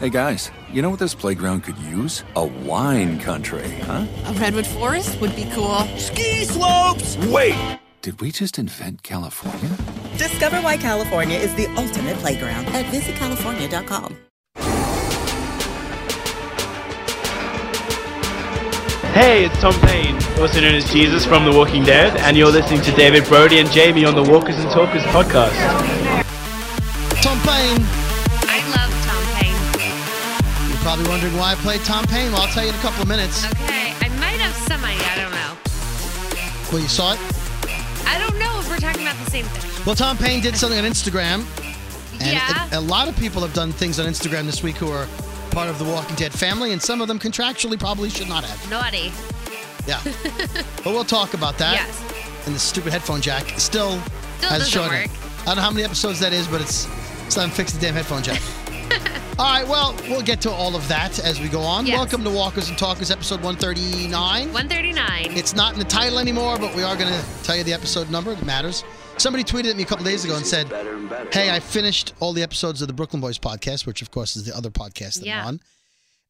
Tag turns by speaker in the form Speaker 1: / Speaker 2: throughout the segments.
Speaker 1: Hey guys, you know what this playground could use? A wine country, huh?
Speaker 2: A redwood forest would be cool.
Speaker 3: Ski slopes! Wait!
Speaker 1: Did we just invent California?
Speaker 4: Discover why California is the ultimate playground at visitcalifornia.com.
Speaker 5: Hey, it's Tom Payne. Your sinner is Jesus from The Walking Dead, and you're listening to David Brody and Jamie on the Walkers and Talkers podcast.
Speaker 6: Tom Payne.
Speaker 7: I love Tom Payne.
Speaker 6: You're probably wondering why I played Tom Payne. Well, I'll tell you in a couple of minutes.
Speaker 7: Okay, I might have some idea. I don't know.
Speaker 6: Well, you saw it.
Speaker 7: I don't know if we're talking about the same thing.
Speaker 6: Well, Tom Payne did something on Instagram. And
Speaker 7: Yeah.
Speaker 6: a, a lot of people have done things on Instagram this week who are part of the Walking Dead family, and some of them contractually probably should not have.
Speaker 7: Naughty.
Speaker 6: Yeah. but we'll talk about that.
Speaker 7: Yes.
Speaker 6: And the stupid headphone jack still,
Speaker 7: Still
Speaker 6: has
Speaker 7: doesn't
Speaker 6: shown
Speaker 7: work.
Speaker 6: I don't know how many episodes that is, but it's it's time to fix the damn headphone jack. all right, well, we'll get to all of that as we go on.
Speaker 7: Yes.
Speaker 6: Welcome to Walkers and Talkers, episode 139.
Speaker 7: 139.
Speaker 6: It's not in the title anymore, but we are going to tell you the episode number. It matters. Somebody tweeted at me a couple days ago and said, Hey, I finished all the episodes of the Brooklyn Boys podcast, which, of course, is the other podcast that
Speaker 7: Yeah.
Speaker 6: I'm on.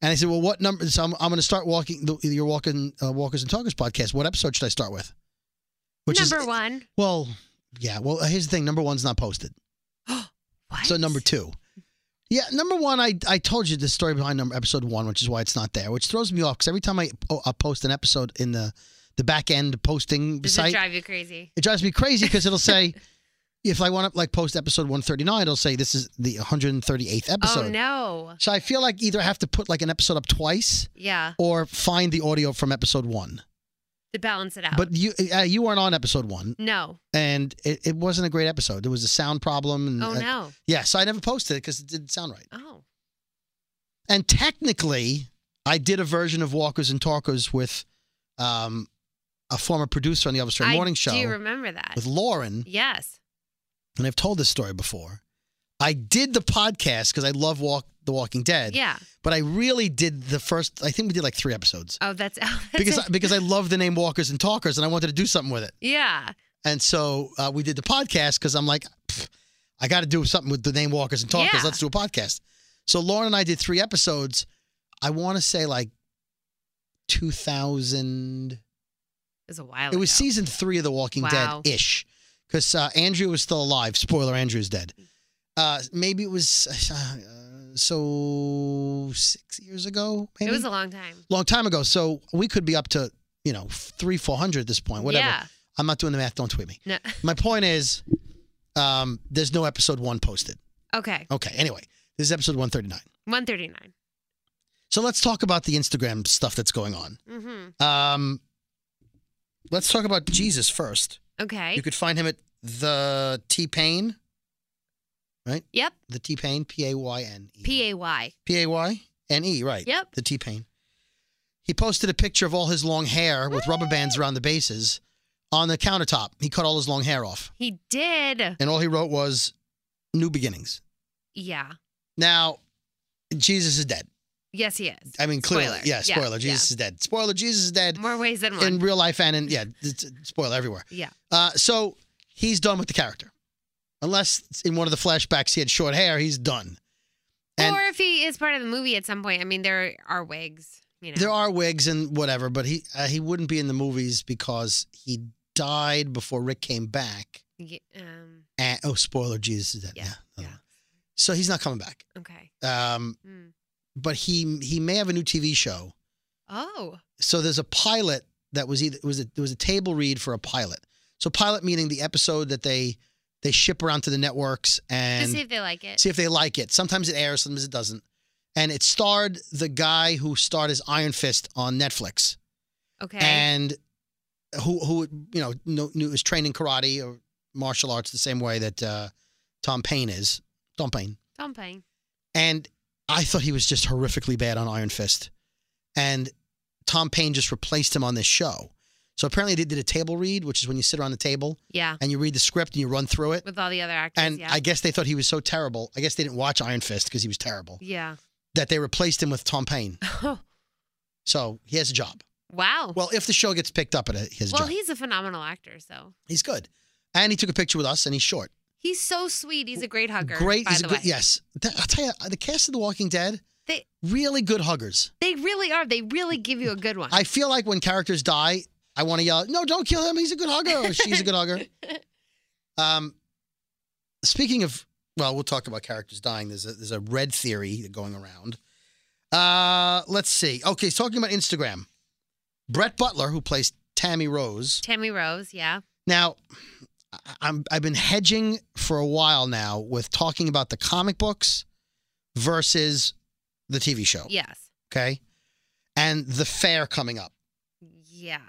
Speaker 6: And I said, Well, what number? So I'm, I'm going to start walking the, your walking, uh, Walkers and Talkers podcast. What episode should I start with?
Speaker 7: Number one.
Speaker 6: Well, yeah. Well, here's the thing number one's not posted.
Speaker 7: What?
Speaker 6: So number two. Yeah, number one, I, I told you the story behind number episode one, which is why it's not there, which throws me off because every time I, po- I post an episode in the, the back end posting
Speaker 7: Does
Speaker 6: site,
Speaker 7: it drive you crazy?
Speaker 6: it drives me crazy because it'll say, if I want to like post episode 139, it'll say this is the 138th episode.
Speaker 7: Oh, no.
Speaker 6: So I feel like either I have to put like an episode up twice
Speaker 7: Yeah.
Speaker 6: or find the audio from episode one.
Speaker 7: To balance it out.
Speaker 6: But you uh, you weren't on episode one,
Speaker 7: no.
Speaker 6: and it, it wasn't a great episode. There was a sound problem. And,
Speaker 7: Oh,
Speaker 6: uh,
Speaker 7: no.
Speaker 6: Yeah, so I never posted it because it didn't sound right.
Speaker 7: Oh.
Speaker 6: And technically, I did a version of Walkers and Talkers with um, a former producer on the Elvis Duran
Speaker 7: I
Speaker 6: Morning Show
Speaker 7: do remember that.
Speaker 6: with Lauren.
Speaker 7: Yes.
Speaker 6: and I've told this story before. I did the podcast because I love Walk The Walking Dead.
Speaker 7: Yeah.
Speaker 6: But I really did the first. I think we did like three episodes
Speaker 7: Oh, that's, oh, that's
Speaker 6: because I,
Speaker 7: it.
Speaker 6: because I love the name Walkers and Talkers, and I wanted to do something with it.
Speaker 7: yeah.
Speaker 6: And so uh, we did the podcast because I'm like, "Pff, I got to do something with the name Walkers and Talkers.
Speaker 7: Yeah.
Speaker 6: Let's do a podcast. So Lauren and I did three episodes. I want to say like 2000.
Speaker 7: It was a while
Speaker 6: It was
Speaker 7: ago.
Speaker 6: season three of The Walking
Speaker 7: Oh, Wow.
Speaker 6: Dead ish, because uh, Andrew was still alive. Spoiler: Andrew's dead. Uh, maybe it was uh, so six years ago. Maybe
Speaker 7: It was a long time.
Speaker 6: long time ago. So we could be up to you know three, four hundred at this point. Whatever.
Speaker 7: Yeah.
Speaker 6: I'm not doing the math. Don't tweet me.
Speaker 7: No.
Speaker 6: My point is, um, there's no episode one posted.
Speaker 7: Okay.
Speaker 6: Okay. Anyway, this is episode 139.
Speaker 7: 139.
Speaker 6: So let's talk about the Instagram stuff that's going on.
Speaker 7: Mm-hmm.
Speaker 6: Um, let's talk about Jesus first.
Speaker 7: Okay.
Speaker 6: You could find him at the T Pain, right?
Speaker 7: yep.
Speaker 6: The T Pain, P A Y N E.
Speaker 7: P A Y.
Speaker 6: P A Y N E, right.
Speaker 7: Yep.
Speaker 6: The T Pain. He posted a picture of all his long hair with rubber bands around the bases on the countertop. He cut all his long hair off.
Speaker 7: He did.
Speaker 6: And all he wrote was new beginnings.
Speaker 7: Yeah.
Speaker 6: Now, Jesus is dead.
Speaker 7: Yes, he is.
Speaker 6: I mean, clearly,
Speaker 7: Spoiler.
Speaker 6: yeah. Spoiler: Jesus is dead. Spoiler: Jesus is dead
Speaker 7: yeah. More ways than one.
Speaker 6: in real life and in yeah. It's, it's spoiler everywhere.
Speaker 7: yeah.
Speaker 6: Uh, so he's done with the character, unless in one of the flashbacks he had short hair. He's done. And
Speaker 7: or if he is part of the movie at some point. I mean, there are wigs. You know.
Speaker 6: there are wigs and whatever, but he uh, he wouldn't be in the movies because he died before Rick came back.
Speaker 7: Ye- Um,
Speaker 6: And, oh, spoiler: Jesus is dead.
Speaker 7: yeah.
Speaker 6: no,
Speaker 7: Yeah.
Speaker 6: no. So he's not coming back.
Speaker 7: Okay.
Speaker 6: Um,
Speaker 7: Hmm.
Speaker 6: but he he may have a new TV show.
Speaker 7: Oh.
Speaker 6: so there's a pilot that was either it was a, there was a table read for a pilot. So pilot meaning the episode that they they ship around to the networks and
Speaker 7: Just see if they like it.
Speaker 6: see if they like it. Sometimes it airs, sometimes it doesn't. And it starred the guy who starred as Iron Fist on Netflix,
Speaker 7: okay.
Speaker 6: and who who you know knew, knew, was trained in karate or martial arts the same way that uh, Tom Payne is. Tom Payne.
Speaker 7: Tom Payne.
Speaker 6: And I thought he was just horrifically bad on Iron Fist. And Tom Payne just replaced him on this show. So apparently they did a table read, which is when you sit around the table
Speaker 7: Yeah.
Speaker 6: and you read the script and you run through it.
Speaker 7: Uh-huh. With all the other actors.
Speaker 6: And
Speaker 7: yeah.
Speaker 6: I guess they thought he was so terrible. I guess they didn't watch Iron Fist because he was terrible
Speaker 7: yeah.
Speaker 6: that they replaced him with Tom Payne. So he has a job.
Speaker 7: wow.
Speaker 6: Well, if the show gets picked up, it he has a
Speaker 7: Well,
Speaker 6: job.
Speaker 7: he's a phenomenal actor, so
Speaker 6: he's good. And he took a picture with us and he's short.
Speaker 7: he's so sweet. He's a great hugger.
Speaker 6: Great.
Speaker 7: By
Speaker 6: he's
Speaker 7: the
Speaker 6: a good,
Speaker 7: way.
Speaker 6: yes. Th- I'll tell you, the cast of The Walking Dead,
Speaker 7: They
Speaker 6: really good huggers.
Speaker 7: they really are. They really give you a good one.
Speaker 6: I feel like when characters die, I want to yell, "No, don't kill him! He's a good hugger. Or, She's a good hugger." Um, speaking of, well, we'll talk about characters dying. There's a there's a red theory going around. Uh, let's see. Okay, so talking about Instagram, Brett Butler, who plays Tammy Rose.
Speaker 7: Tammy Rose. Yeah.
Speaker 6: Now, I- I'm I've been hedging for a while now with talking about the comic books versus the TV show.
Speaker 7: Yes.
Speaker 6: Okay, and the fair coming up.
Speaker 7: Yeah.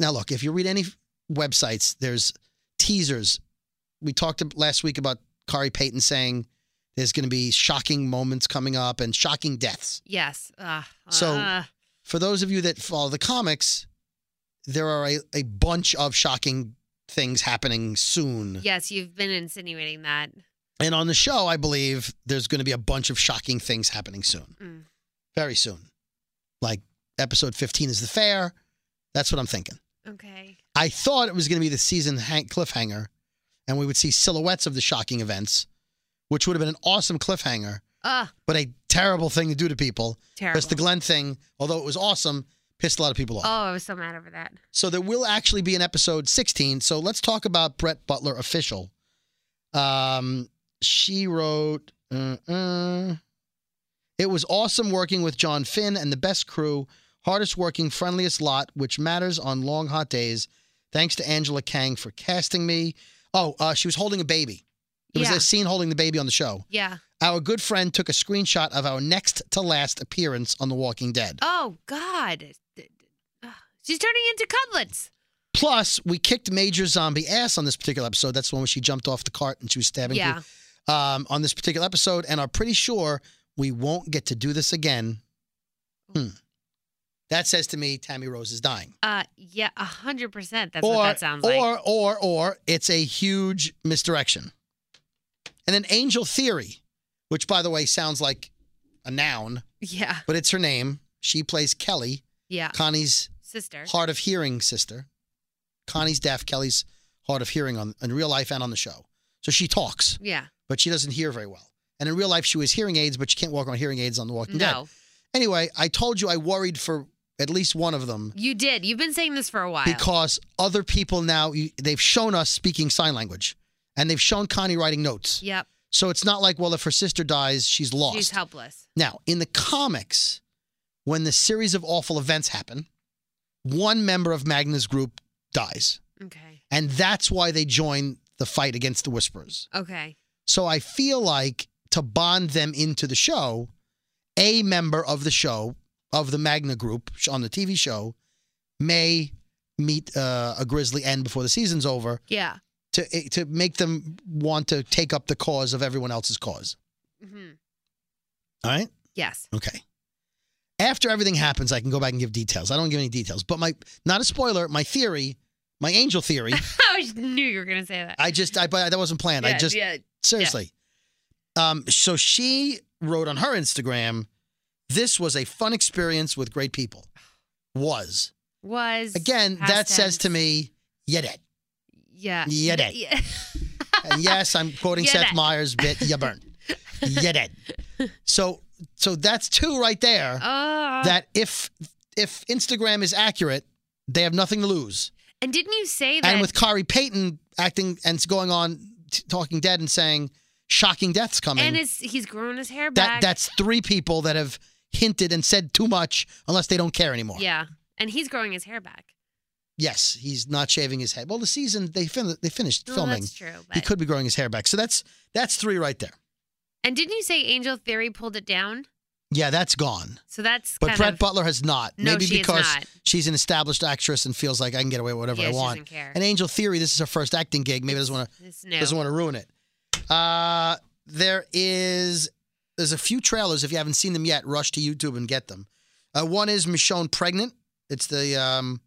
Speaker 6: Now, look, if you read any websites, there's teasers. We talked ab- last week about Kari Payton saying there's going to be shocking moments coming up and shocking deaths.
Speaker 7: Yes. Uh,
Speaker 6: So-
Speaker 7: uh,
Speaker 6: For those of you that follow the comics, there are a, a bunch of shocking things happening soon.
Speaker 7: yes, you've been insinuating that.
Speaker 6: And on the show, I believe there's going to be a bunch of shocking things happening soon,
Speaker 7: Mm.
Speaker 6: very soon. Like episode 15 is the fair. That's what I'm thinking.
Speaker 7: Okay.
Speaker 6: I thought it was going to be the season hang- cliffhanger, and we would see silhouettes of the shocking events, which would have been an awesome cliffhanger,
Speaker 7: Uh,
Speaker 6: but a terrible thing to do to people.
Speaker 7: terrible.
Speaker 6: Because the Glenn thing, although it was awesome, pissed a lot of people off.
Speaker 7: oh, I was so mad over that.
Speaker 6: So there will actually be an episode 16. So let's talk about Brett Butler official. Um, she wrote, uh-uh. "It was awesome working with John Finn and the best crew, hardest working, friendliest lot, which matters on long hot days. Thanks to Angela Kang for casting me. Oh, uh, she was holding a baby. There was
Speaker 7: Yeah.
Speaker 6: a scene holding the baby on the show.
Speaker 7: Yeah.
Speaker 6: Our good friend took a screenshot of our next to last appearance on The Walking Dead.
Speaker 7: Oh God. Ugh. She's turning into cutlets.
Speaker 6: Plus, we kicked Major Zombie ass on this particular episode. That's the one where she jumped off the cart and she was stabbing
Speaker 7: Yeah.
Speaker 6: people um, on this particular episode, and are pretty sure we won't get to do this again. Hmm. That says to me, Tammy Rose is dying.
Speaker 7: Uh, yeah, a hundred percent. That's
Speaker 6: or,
Speaker 7: what that sounds
Speaker 6: or,
Speaker 7: like.
Speaker 6: or, or it's a huge misdirection. And then Angel Theory, which by the way sounds like a noun,
Speaker 7: Yeah.
Speaker 6: but it's her name. She plays Kelly,
Speaker 7: Yeah.
Speaker 6: Connie's
Speaker 7: Sister.
Speaker 6: hard of hearing sister. Connie's deaf. Kelly's hard of hearing on in real life and on the show. So she talks,
Speaker 7: Yeah.
Speaker 6: but she doesn't hear very well. And in real life, she was hearing aids, but she can't walk on hearing aids on The Walking Dead.
Speaker 7: No,
Speaker 6: Anyway, I told you I worried for at least one of them
Speaker 7: you did. You've been saying this for a while.
Speaker 6: because other people now you- they've shown us speaking sign language, and they've shown Connie writing notes.
Speaker 7: Yep.
Speaker 6: So it's not like well, if her sister dies, she's lost.
Speaker 7: She's helpless.
Speaker 6: Now, in the comics, when the series of awful events happen, one member of Magna's group dies.
Speaker 7: Okay.
Speaker 6: And that's why they join the fight against the Whisperers.
Speaker 7: Okay.
Speaker 6: So I feel like to bond them into the show, a member of the show, of the Magna group on the TV show, may meet uh, a grisly end before the season's over
Speaker 7: Yeah.
Speaker 6: to, to make them want to take up the cause of everyone else's cause.
Speaker 7: hmm
Speaker 6: All right?
Speaker 7: Yes.
Speaker 6: Okay. After everything happens, I can go back and give details. I don't give any details, but my not a spoiler. My theory, my angel theory.
Speaker 7: I was- knew you were gonna say that.
Speaker 6: I just, I but that wasn't planned. I
Speaker 7: Yeah,
Speaker 6: just
Speaker 7: yeah.
Speaker 6: seriously. Um, so she wrote on her Instagram, This was a fun experience with great people. Was.
Speaker 7: Was
Speaker 6: Again,
Speaker 7: past
Speaker 6: that says to
Speaker 7: tense.
Speaker 6: me, yet it.
Speaker 7: Yeah.
Speaker 6: Yeah, that.
Speaker 7: Yeah.
Speaker 6: And yes, I'm quoting
Speaker 7: Yeah,
Speaker 6: Seth
Speaker 7: that.
Speaker 6: Meyers' bit, you burned. yet it. So so that's two right there
Speaker 7: Oh.
Speaker 6: that if if Instagram is accurate, they have nothing to lose.
Speaker 7: and didn't you say that?
Speaker 6: And with Kari Payton acting and going on t- talking dead and saying shocking deaths coming.
Speaker 7: and his, he's growing his hair
Speaker 6: that
Speaker 7: back.
Speaker 6: that's three people that have hinted and said too much unless they don't care anymore.
Speaker 7: yeah. And he's growing his hair back.
Speaker 6: Yes, he's not shaving his head. Well, the season they fin- they finished
Speaker 7: Well,
Speaker 6: filming.
Speaker 7: Oh, that's true.
Speaker 6: He
Speaker 7: But.
Speaker 6: could be growing his hair back. So that's that's three right there.
Speaker 7: and didn't you say Angel Theory pulled it down?
Speaker 6: Yeah, that's gone.
Speaker 7: So that's
Speaker 6: But
Speaker 7: kind
Speaker 6: Brett
Speaker 7: of,
Speaker 6: Butler has not.
Speaker 7: No,
Speaker 6: Maybe
Speaker 7: she has
Speaker 6: because
Speaker 7: not.
Speaker 6: she's an established actress and feels like I can get away with whatever
Speaker 7: Yeah,
Speaker 6: I
Speaker 7: she
Speaker 6: want.
Speaker 7: doesn't care.
Speaker 6: And Angel Theory, this is her first acting gig. Maybe doesn't want to
Speaker 7: It's new.
Speaker 6: doesn't want to ruin it. Uh, there is there's a few trailers if you haven't seen them yet. Rush to YouTube and get them. Uh, one is Michonne pregnant. It's the um,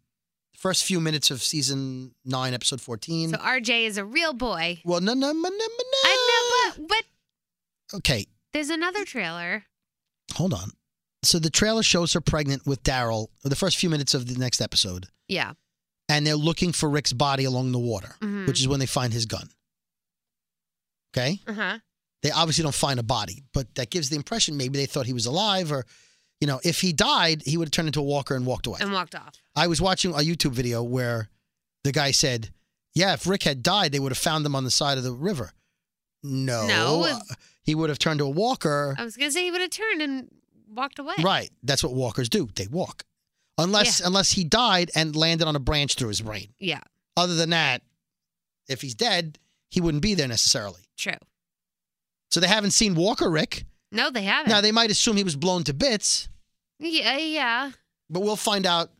Speaker 6: first few minutes of season nine, episode fourteen.
Speaker 7: so RJ is a real boy.
Speaker 6: well, no, no, no, no, no.
Speaker 7: I know, but, but
Speaker 6: Okay,
Speaker 7: there's another trailer.
Speaker 6: hold on. So the trailer shows her pregnant with Daryl. The first few minutes of the next episode,
Speaker 7: Yeah.
Speaker 6: and they're looking for Rick's body along the water,
Speaker 7: Mhm.
Speaker 6: which is when they find his gun. Okay.
Speaker 7: Uh huh.
Speaker 6: they obviously don't find a body, but that gives the impression maybe they thought he was alive or, you know, if he died, he would have turned into a walker and walked away.
Speaker 7: And walked off.
Speaker 6: I was watching a YouTube video where the guy said, yeah, if Rick had died, they would have found him on the side of the river. No.
Speaker 7: No,
Speaker 6: uh, He would have turned to a walker.
Speaker 7: I was gonna say he would have turned and walked away.
Speaker 6: Right. That's what walkers do. They walk. Unless unless he died and landed on a branch through his brain.
Speaker 7: Yeah.
Speaker 6: Other than that, if he's dead, he wouldn't be there necessarily.
Speaker 7: True.
Speaker 6: So they haven't seen Walker Rick.
Speaker 7: No, they haven't.
Speaker 6: Now they might assume he was blown to bits.
Speaker 7: yeah, yeah.
Speaker 6: but we'll find out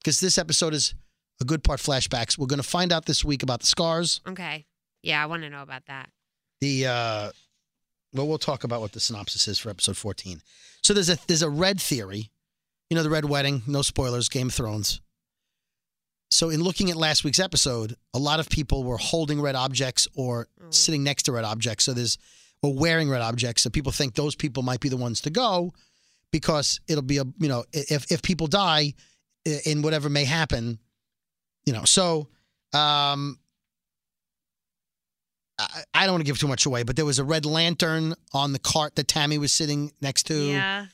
Speaker 6: because this episode is a good part flashbacks. We're going to find out this week about the scars,
Speaker 7: Okay. Yeah, I want to know about that.
Speaker 6: the uh well, we'll talk about what the synopsis is for episode 14. So there's a there's a red theory. You know the red wedding, no spoilers, Game of Thrones. So in looking at last week's episode, a lot of people were holding red objects or sitting next to red objects. So there's or wearing red objects. So people think those people might be the ones to go because it'll be a you know i- if if people die i- in whatever may happen, you know. So um I, I don't want to give too much away, but there was a red lantern on the cart that Tammy was sitting next to.
Speaker 7: Yeah.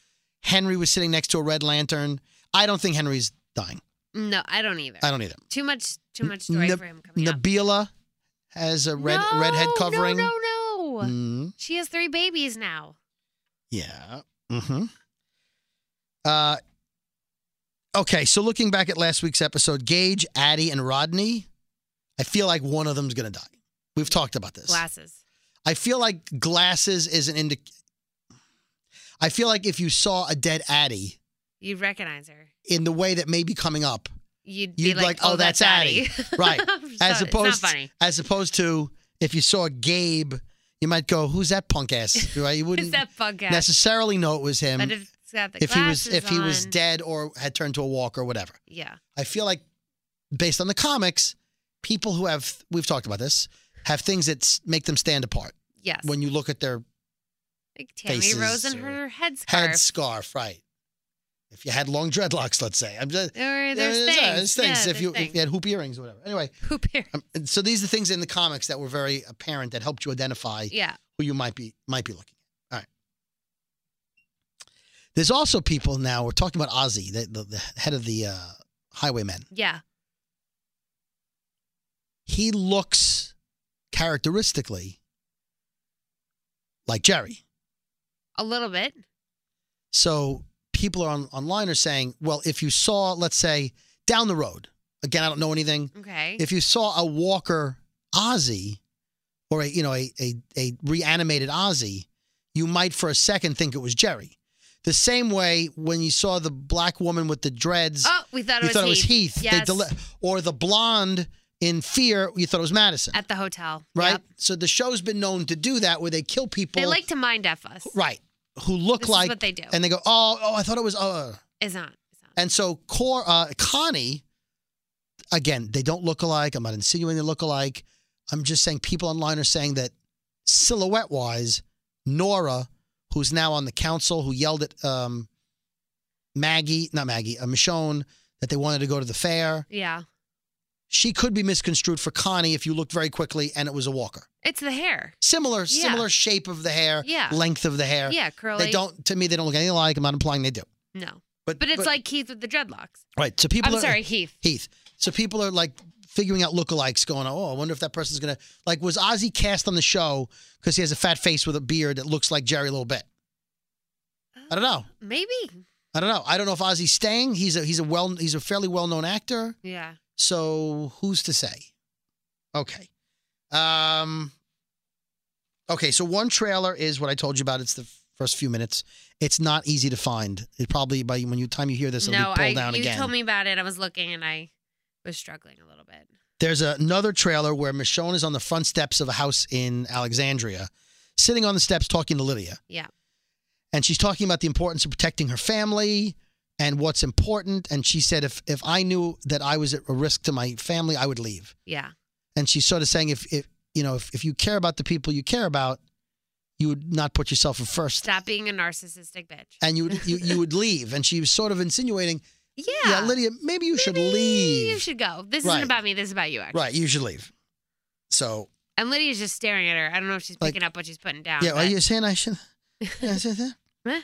Speaker 6: Henry was sitting next to a red lantern. I don't think Henry's dying.
Speaker 7: No, I don't either.
Speaker 6: I don't either.
Speaker 7: too much, too much story
Speaker 6: N-
Speaker 7: for him coming up.
Speaker 6: Nabila has a red
Speaker 7: no,
Speaker 6: red head covering.
Speaker 7: No, no, no.
Speaker 6: Mhm.
Speaker 7: She has three babies now.
Speaker 6: Yeah. Mm-hmm. Uh, okay, so looking back at last week's episode, Gage, Addie, and Rodney, I feel like one of them's going to die. We've talked about this.
Speaker 7: Glasses.
Speaker 6: I feel like glasses is an indic. I feel like if you saw a dead Addie
Speaker 7: You'd recognize her.
Speaker 6: in the way that may be coming up,
Speaker 7: You'd,
Speaker 6: you'd
Speaker 7: be like, oh, that's, Addie.
Speaker 6: right? as
Speaker 7: So
Speaker 6: opposed,
Speaker 7: it's not funny.
Speaker 6: as opposed to if you saw Gabe, you might go, "Who's that punk ass?" Right? You
Speaker 7: It's
Speaker 6: wouldn't
Speaker 7: that bug guy.
Speaker 6: necessarily know it was him.
Speaker 7: But if, it's got the
Speaker 6: if he was
Speaker 7: glasses
Speaker 6: if he was
Speaker 7: on-
Speaker 6: dead or had turned to a walk or whatever.
Speaker 7: Yeah.
Speaker 6: I feel like based on the comics, people who have we've talked about this have things that s- make them stand apart
Speaker 7: Yes.
Speaker 6: when you look at their
Speaker 7: like Tammy
Speaker 6: faces
Speaker 7: Rose and
Speaker 6: or
Speaker 7: her headscarf.
Speaker 6: head scarf, right? If you had long dreadlocks, let's say. I'm just
Speaker 7: Or there's
Speaker 6: Yeah,
Speaker 7: things.
Speaker 6: there's things.
Speaker 7: Yeah,
Speaker 6: if you
Speaker 7: there's
Speaker 6: if you had hoop earrings or whatever. Anyway,
Speaker 7: things. Who cares?
Speaker 6: um, and so these are things in the comics that were very apparent that helped you identify
Speaker 7: Yeah.
Speaker 6: who you might be might be looking at. All right. There's also people now. We're talking about Ozzy, the, the, the head of the uh, Highwaymen.
Speaker 7: Yeah.
Speaker 6: He looks characteristically like Jerry.
Speaker 7: A little bit.
Speaker 6: So people are on, online are saying, well, if you saw, let's say, down the road. Again, I don't know anything.
Speaker 7: Okay.
Speaker 6: If you saw a Walker Ozzy, or a you know a a, a reanimated Ozzy, you might for a second think it was Jerry. The same way when you saw the black woman with the dreads,
Speaker 7: oh, we thought it
Speaker 6: you
Speaker 7: was
Speaker 6: thought it was
Speaker 7: Heath.
Speaker 6: Heath. They
Speaker 7: Yes.
Speaker 6: deli- or the blonde in Fear, you thought it was Madison,
Speaker 7: At the hotel.
Speaker 6: right?
Speaker 7: Yep.
Speaker 6: So the show's been known to do that, where they kill people,
Speaker 7: They like to mind F us.
Speaker 6: right, who look
Speaker 7: This is
Speaker 6: like
Speaker 7: what they do.
Speaker 6: and they go, oh, oh, I thought it was, uh.
Speaker 7: It's not. It's not.
Speaker 6: And so Cor, uh, Connie, again, they don't look alike. I'm not insinuating they look alike. I'm just saying people online are saying that silhouette wise, Nora, who's now on the council, who yelled at um, Maggie, not Maggie, uh, Michonne, that they wanted to go to the fair.
Speaker 7: Yeah.
Speaker 6: She could be misconstrued for Connie if you looked very quickly and it was a walker.
Speaker 7: It's the hair.
Speaker 6: Similar,
Speaker 7: Yeah.
Speaker 6: similar shape of the hair,
Speaker 7: Yeah.
Speaker 6: length of the hair.
Speaker 7: Yeah, curly.
Speaker 6: They don't, to me, they don't look anything alike. I'm not implying they do.
Speaker 7: No.
Speaker 6: But,
Speaker 7: But it's like Keith with the dreadlocks.
Speaker 6: Right. So people
Speaker 7: I'm
Speaker 6: are,
Speaker 7: sorry, Heath.
Speaker 6: Heath. So people are like figuring out lookalikes, going, oh, I wonder if that person's gonna like. Was Ozzy cast on the show because he has a fat face with a beard that looks like Jerry a little bit? I don't know.
Speaker 7: Maybe.
Speaker 6: I don't know. I don't know if Ozzy's staying. He's a he's a well he's a fairly well known actor.
Speaker 7: Yeah.
Speaker 6: So who's to say? Okay. Um. Okay. So one trailer is what I told you about. It's the first few minutes. It's not easy to find. It probably by when you time you hear this, it'll
Speaker 7: no,
Speaker 6: be pulled
Speaker 7: I
Speaker 6: down
Speaker 7: you
Speaker 6: again.
Speaker 7: told me about it. I was looking and I was struggling a little bit.
Speaker 6: There's another trailer where Michonne is on the front steps of a house in Alexandria, sitting on the steps talking to Lydia.
Speaker 7: Yeah.
Speaker 6: And she's talking about the importance of protecting her family and what's important. And she said, if, if I knew that I was at a risk to my family, I would leave.
Speaker 7: Yeah.
Speaker 6: And she's sort of saying, if, if you know, if, if you care about the people you care about, you would not put yourself in first.
Speaker 7: Stop being a narcissistic bitch.
Speaker 6: And you would, you, you would leave. And she was sort of insinuating,
Speaker 7: yeah.
Speaker 6: yeah, Lydia, maybe you should
Speaker 7: Maybe
Speaker 6: leave.
Speaker 7: You should go. This
Speaker 6: Right.
Speaker 7: isn't about me. This is about you, actually.
Speaker 6: Right, you should leave. So
Speaker 7: And Lydia's just staring at her. I don't know if she's
Speaker 6: Like-
Speaker 7: picking up what she's putting down.
Speaker 6: Yeah, are
Speaker 7: but-
Speaker 6: you saying I should? I said that?
Speaker 7: Huh?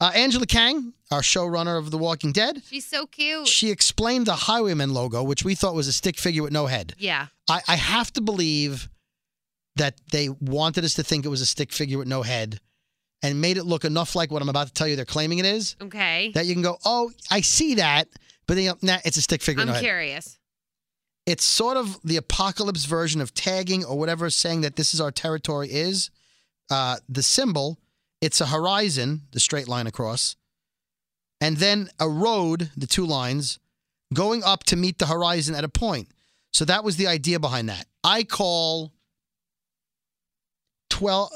Speaker 6: uh, Angela Kang, our showrunner of The Walking Dead,
Speaker 7: She's so cute.
Speaker 6: she explained the Highwayman logo, which we thought was a stick figure with no head.
Speaker 7: yeah.
Speaker 6: I, I have to believe that they wanted us to think it was a stick figure with no head and made it look enough like what I'm about to tell you they're claiming it is
Speaker 7: Okay.
Speaker 6: that you can go, oh, I see that, but then you go, nah, it's a stick figure with no
Speaker 7: I'm
Speaker 6: head.
Speaker 7: curious.
Speaker 6: It's sort of the apocalypse version of tagging or whatever saying that this is our territory is. Uh, the symbol, it's a horizon, the straight line across, and then a road, the two lines, going up to meet the horizon at a point. So that was the idea behind that. I call 12,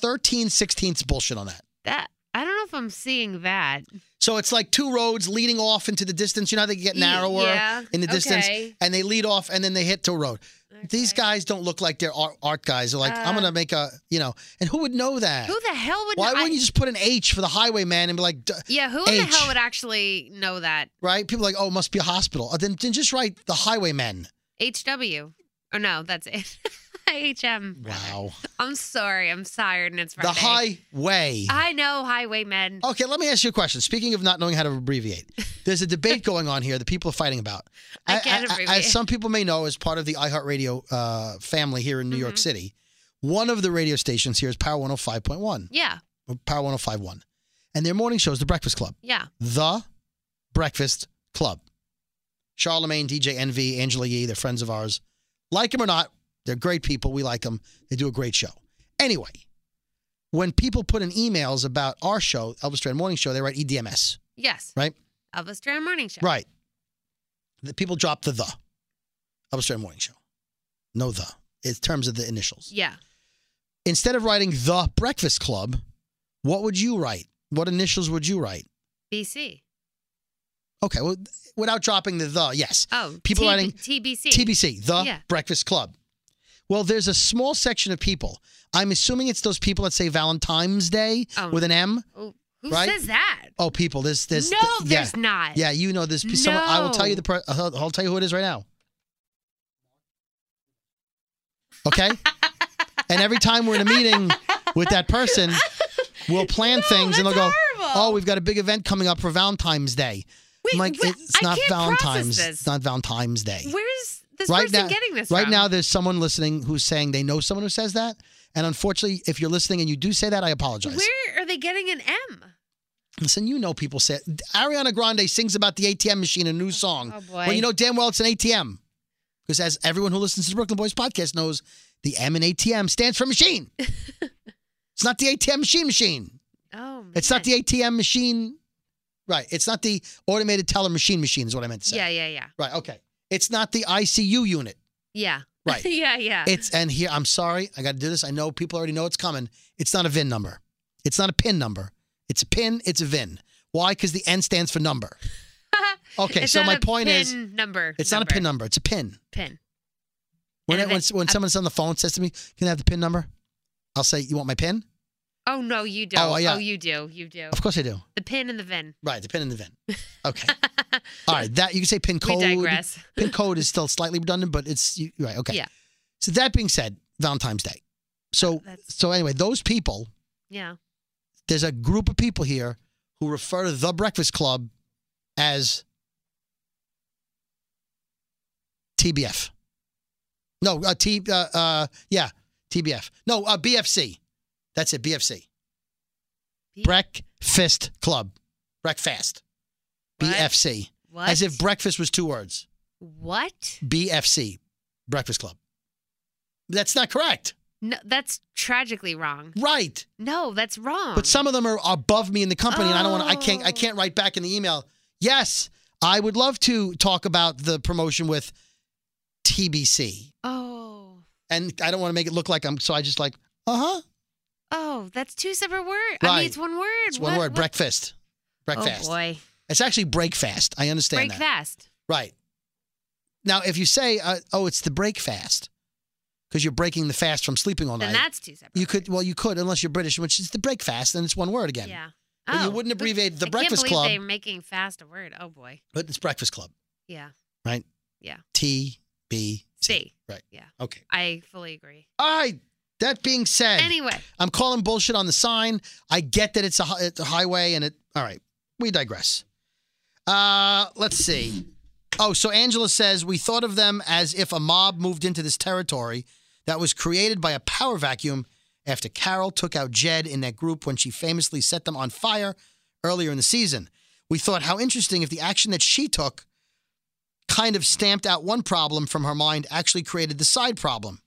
Speaker 6: 13 sixteenths bullshit on that.
Speaker 7: That I don't know if I'm seeing that.
Speaker 6: So it's like two roads leading off into the distance. You know how they get
Speaker 7: Ye-
Speaker 6: narrower
Speaker 7: yeah,
Speaker 6: in the distance,
Speaker 7: okay.
Speaker 6: and they lead off, and then they hit to a road. These guys don't look like they're art, art guys. They're like, I'm
Speaker 7: Uh,
Speaker 6: gonna make a, you know, and who would know that?
Speaker 7: Who the hell would?
Speaker 6: Why
Speaker 7: know- I-
Speaker 6: wouldn't you just put an H for the highwayman and be like, duh,
Speaker 7: Yeah, who in the
Speaker 6: H.
Speaker 7: hell would actually know that?
Speaker 6: right? People are like, oh, it must be a hospital. Uh, then, then just write the highwaymen.
Speaker 7: HW. Oh no, that's it. HM.
Speaker 6: Wow,
Speaker 7: I'm sorry. I'm tired and it's Friday.
Speaker 6: the Oh. highway.
Speaker 7: I know highwaymen.
Speaker 6: Okay, let me ask you a question. Speaking of not knowing how to abbreviate, there's a debate going on here that people are fighting about.
Speaker 7: I can't abbreviate.
Speaker 6: As some people may know, as part of the iHeartRadio uh, family here in New
Speaker 7: Mm-hmm.
Speaker 6: York City, one of the radio stations here is Power 105.1,
Speaker 7: Yeah.
Speaker 6: or Power 105.1. And their morning show is The Breakfast Club.
Speaker 7: Yeah.
Speaker 6: The Breakfast Club. Charlemagne, DJ NV, Angela Yee, they're friends of ours. Like them or not, they're great people. We like them. They do a great show. Anyway, when people put in emails about our show, Elvis Duran Morning Show, they write E EDMS,
Speaker 7: Yes.
Speaker 6: right?
Speaker 7: Elvis Duran Morning Show.
Speaker 6: Right. The people drop the the. Elvis Duran Morning Show. No the. In terms of the initials.
Speaker 7: Yeah.
Speaker 6: Instead of writing the Breakfast Club, what would you write? What initials would you write?
Speaker 7: BC.
Speaker 6: Okay, well, without dropping the the, yes.
Speaker 7: Oh.
Speaker 6: people
Speaker 7: T-
Speaker 6: writing
Speaker 7: TBC.
Speaker 6: TBC, the
Speaker 7: Yeah.
Speaker 6: Breakfast Club. Well, there's a small section of people. I'm assuming it's those people that say Valentine's Day
Speaker 7: Oh.
Speaker 6: with an M.
Speaker 7: Oh, who
Speaker 6: Right?
Speaker 7: says that?
Speaker 6: Oh, people, there's there's
Speaker 7: no,
Speaker 6: th- yeah.
Speaker 7: there's not.
Speaker 6: Yeah, you know this. Someone, I will tell you the. Per- uh, I'll, I'll tell you who it is right now. Okay. and every time we're in a meeting with that person, we'll plan
Speaker 7: No,
Speaker 6: things and they'll
Speaker 7: that's
Speaker 6: go,
Speaker 7: horrible.
Speaker 6: "Oh, we've got a big event coming up for Valentine's Day."
Speaker 7: Wait,
Speaker 6: I'm like,
Speaker 7: wait,
Speaker 6: it's
Speaker 7: I
Speaker 6: not
Speaker 7: can't process
Speaker 6: Valentine's.
Speaker 7: this.
Speaker 6: It's not Valentine's Day.
Speaker 7: Where's this person getting this
Speaker 6: right
Speaker 7: from?
Speaker 6: now, there's someone listening who's saying they know someone who says that. And unfortunately, if you're listening and you do say that, I apologize.
Speaker 7: Where are they getting an M?
Speaker 6: Listen, you know people say Ariana Grande sings about the ATM machine in a new song.
Speaker 7: Oh, boy.
Speaker 6: Well, you know damn well it's an ATM. Because as everyone who listens to the Brooklyn Boys podcast knows, the M in ATM stands for machine. it's not the ATM machine machine.
Speaker 7: Oh,
Speaker 6: It's not
Speaker 7: man.
Speaker 6: the ATM machine. Right. It's not the automated teller machine machine is what I meant to say.
Speaker 7: Yeah, yeah, yeah,
Speaker 6: Right. Okay. It's not the ICU unit.
Speaker 7: yeah.
Speaker 6: Right.
Speaker 7: yeah, yeah.
Speaker 6: It's and here I'm sorry, I got to do this. I know people already know it's coming. It's not a VIN number. It's not a PIN number. It's a PIN. It's a VIN. Why? Because the N stands for number. Okay,
Speaker 7: It's
Speaker 6: so
Speaker 7: not
Speaker 6: my
Speaker 7: a
Speaker 6: point
Speaker 7: pin
Speaker 6: is,
Speaker 7: number.
Speaker 6: it's not a PIN number. It's a PIN.
Speaker 7: Pin.
Speaker 6: When
Speaker 7: And
Speaker 6: when,
Speaker 7: a-
Speaker 6: when
Speaker 7: a-
Speaker 6: someone's on the phone says to me, "Can I have the PIN number?" I'll say, "You want my PIN?"
Speaker 7: Oh no, you do.
Speaker 6: Oh,
Speaker 7: Oh,
Speaker 6: yeah.
Speaker 7: you do. You do.
Speaker 6: Of course I do.
Speaker 7: The pin and the VIN.
Speaker 6: Right, the pin and the VIN. Okay. All right, that you can say pin
Speaker 7: We
Speaker 6: code.
Speaker 7: digress.
Speaker 6: Pin code is still slightly redundant, but it's you, right. Okay.
Speaker 7: Yeah.
Speaker 6: So that being said, Valentine's Day. So
Speaker 7: That's-
Speaker 6: so anyway, those people.
Speaker 7: Yeah.
Speaker 6: There's a group of people here who refer to the Breakfast Club as TBF. No, uh, T. Uh, uh, yeah, TBF. No, uh, BFC. That's it. BFC.
Speaker 7: B-
Speaker 6: Breakfast Club. Breakfast.
Speaker 7: What?
Speaker 6: BFC.
Speaker 7: What?
Speaker 6: As if breakfast was two words.
Speaker 7: What?
Speaker 6: BFC, Breakfast Club. That's not correct.
Speaker 7: No, that's tragically wrong.
Speaker 6: Right.
Speaker 7: No, that's wrong.
Speaker 6: But some of them are above me in the company and I don't want to I can't I
Speaker 7: Oh.
Speaker 6: can't write back in the email. Yes, I would love to talk about the promotion with TBC.
Speaker 7: Oh.
Speaker 6: And I don't want to make it look like I'm so I just like, "Uh-huh."
Speaker 7: Oh, that's two separate words. I
Speaker 6: Right.
Speaker 7: mean, it's one word.
Speaker 6: It's one
Speaker 7: What-
Speaker 6: word,
Speaker 7: what-
Speaker 6: breakfast. Breakfast.
Speaker 7: Oh boy.
Speaker 6: It's actually breakfast. I understand
Speaker 7: Break
Speaker 6: that.
Speaker 7: fast.
Speaker 6: Right. Now, if you say, uh, "Oh, it's the break fast," because you're breaking the fast from sleeping all
Speaker 7: Then
Speaker 6: night,
Speaker 7: that's two separate.
Speaker 6: you could. Well, you could, unless you're British, which is the break fast, and it's one word again.
Speaker 7: Yeah.
Speaker 6: But you
Speaker 7: Oh,
Speaker 6: wouldn't
Speaker 7: look-
Speaker 6: abbreviate the
Speaker 7: I
Speaker 6: Breakfast
Speaker 7: can't believe
Speaker 6: Club.
Speaker 7: They're making fast a word. Oh boy.
Speaker 6: But it's Breakfast Club,
Speaker 7: Yeah.
Speaker 6: right?
Speaker 7: Yeah.
Speaker 6: T B
Speaker 7: C.
Speaker 6: Right.
Speaker 7: Yeah.
Speaker 6: Okay.
Speaker 7: I fully agree.
Speaker 6: All right. That being said,
Speaker 7: Anyway,
Speaker 6: I'm calling bullshit on the sign. I get that it's a, hi- it's a highway, and it. All right, we digress. Uh, let's see. Oh, so Angela says we thought of them as if a mob moved into this territory that was created by a power vacuum after Carol took out Jed in that group when she famously set them on fire earlier in the season. We thought how interesting if the action that she took kind of stamped out one problem from her mind actually created the side problem.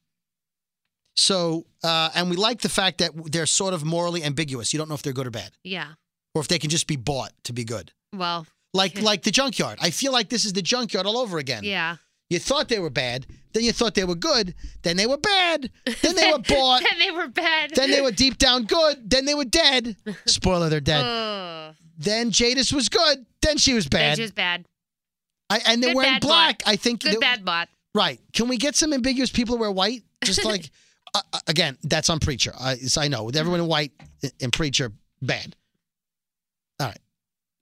Speaker 6: So, uh, and we like the fact that they're sort of morally ambiguous. You don't know if they're good or bad,
Speaker 7: yeah.
Speaker 6: or if they can just be bought to be good.
Speaker 7: Well,
Speaker 6: Like like the junkyard. I feel like this is the junkyard all over again.
Speaker 7: yeah.
Speaker 6: You thought they were bad, then you thought they were good, then they were bad, then they were bought,
Speaker 7: then they were bad.
Speaker 6: then they were deep down good, then they were dead. Spoiler, they're dead.
Speaker 7: Oh. Ugh.
Speaker 6: then Jadis was good, then she was
Speaker 7: They're
Speaker 6: bad.
Speaker 7: just bad.
Speaker 6: I, and they're
Speaker 7: good
Speaker 6: wearing
Speaker 7: bad
Speaker 6: black.
Speaker 7: bought.
Speaker 6: I think
Speaker 7: Good
Speaker 6: that-
Speaker 7: bad bot.
Speaker 6: Right. Can we get some ambiguous people who wear white? Just like, uh, uh, again, that's on Preacher. I, so I know. With everyone in white i- in Preacher, bad. All right.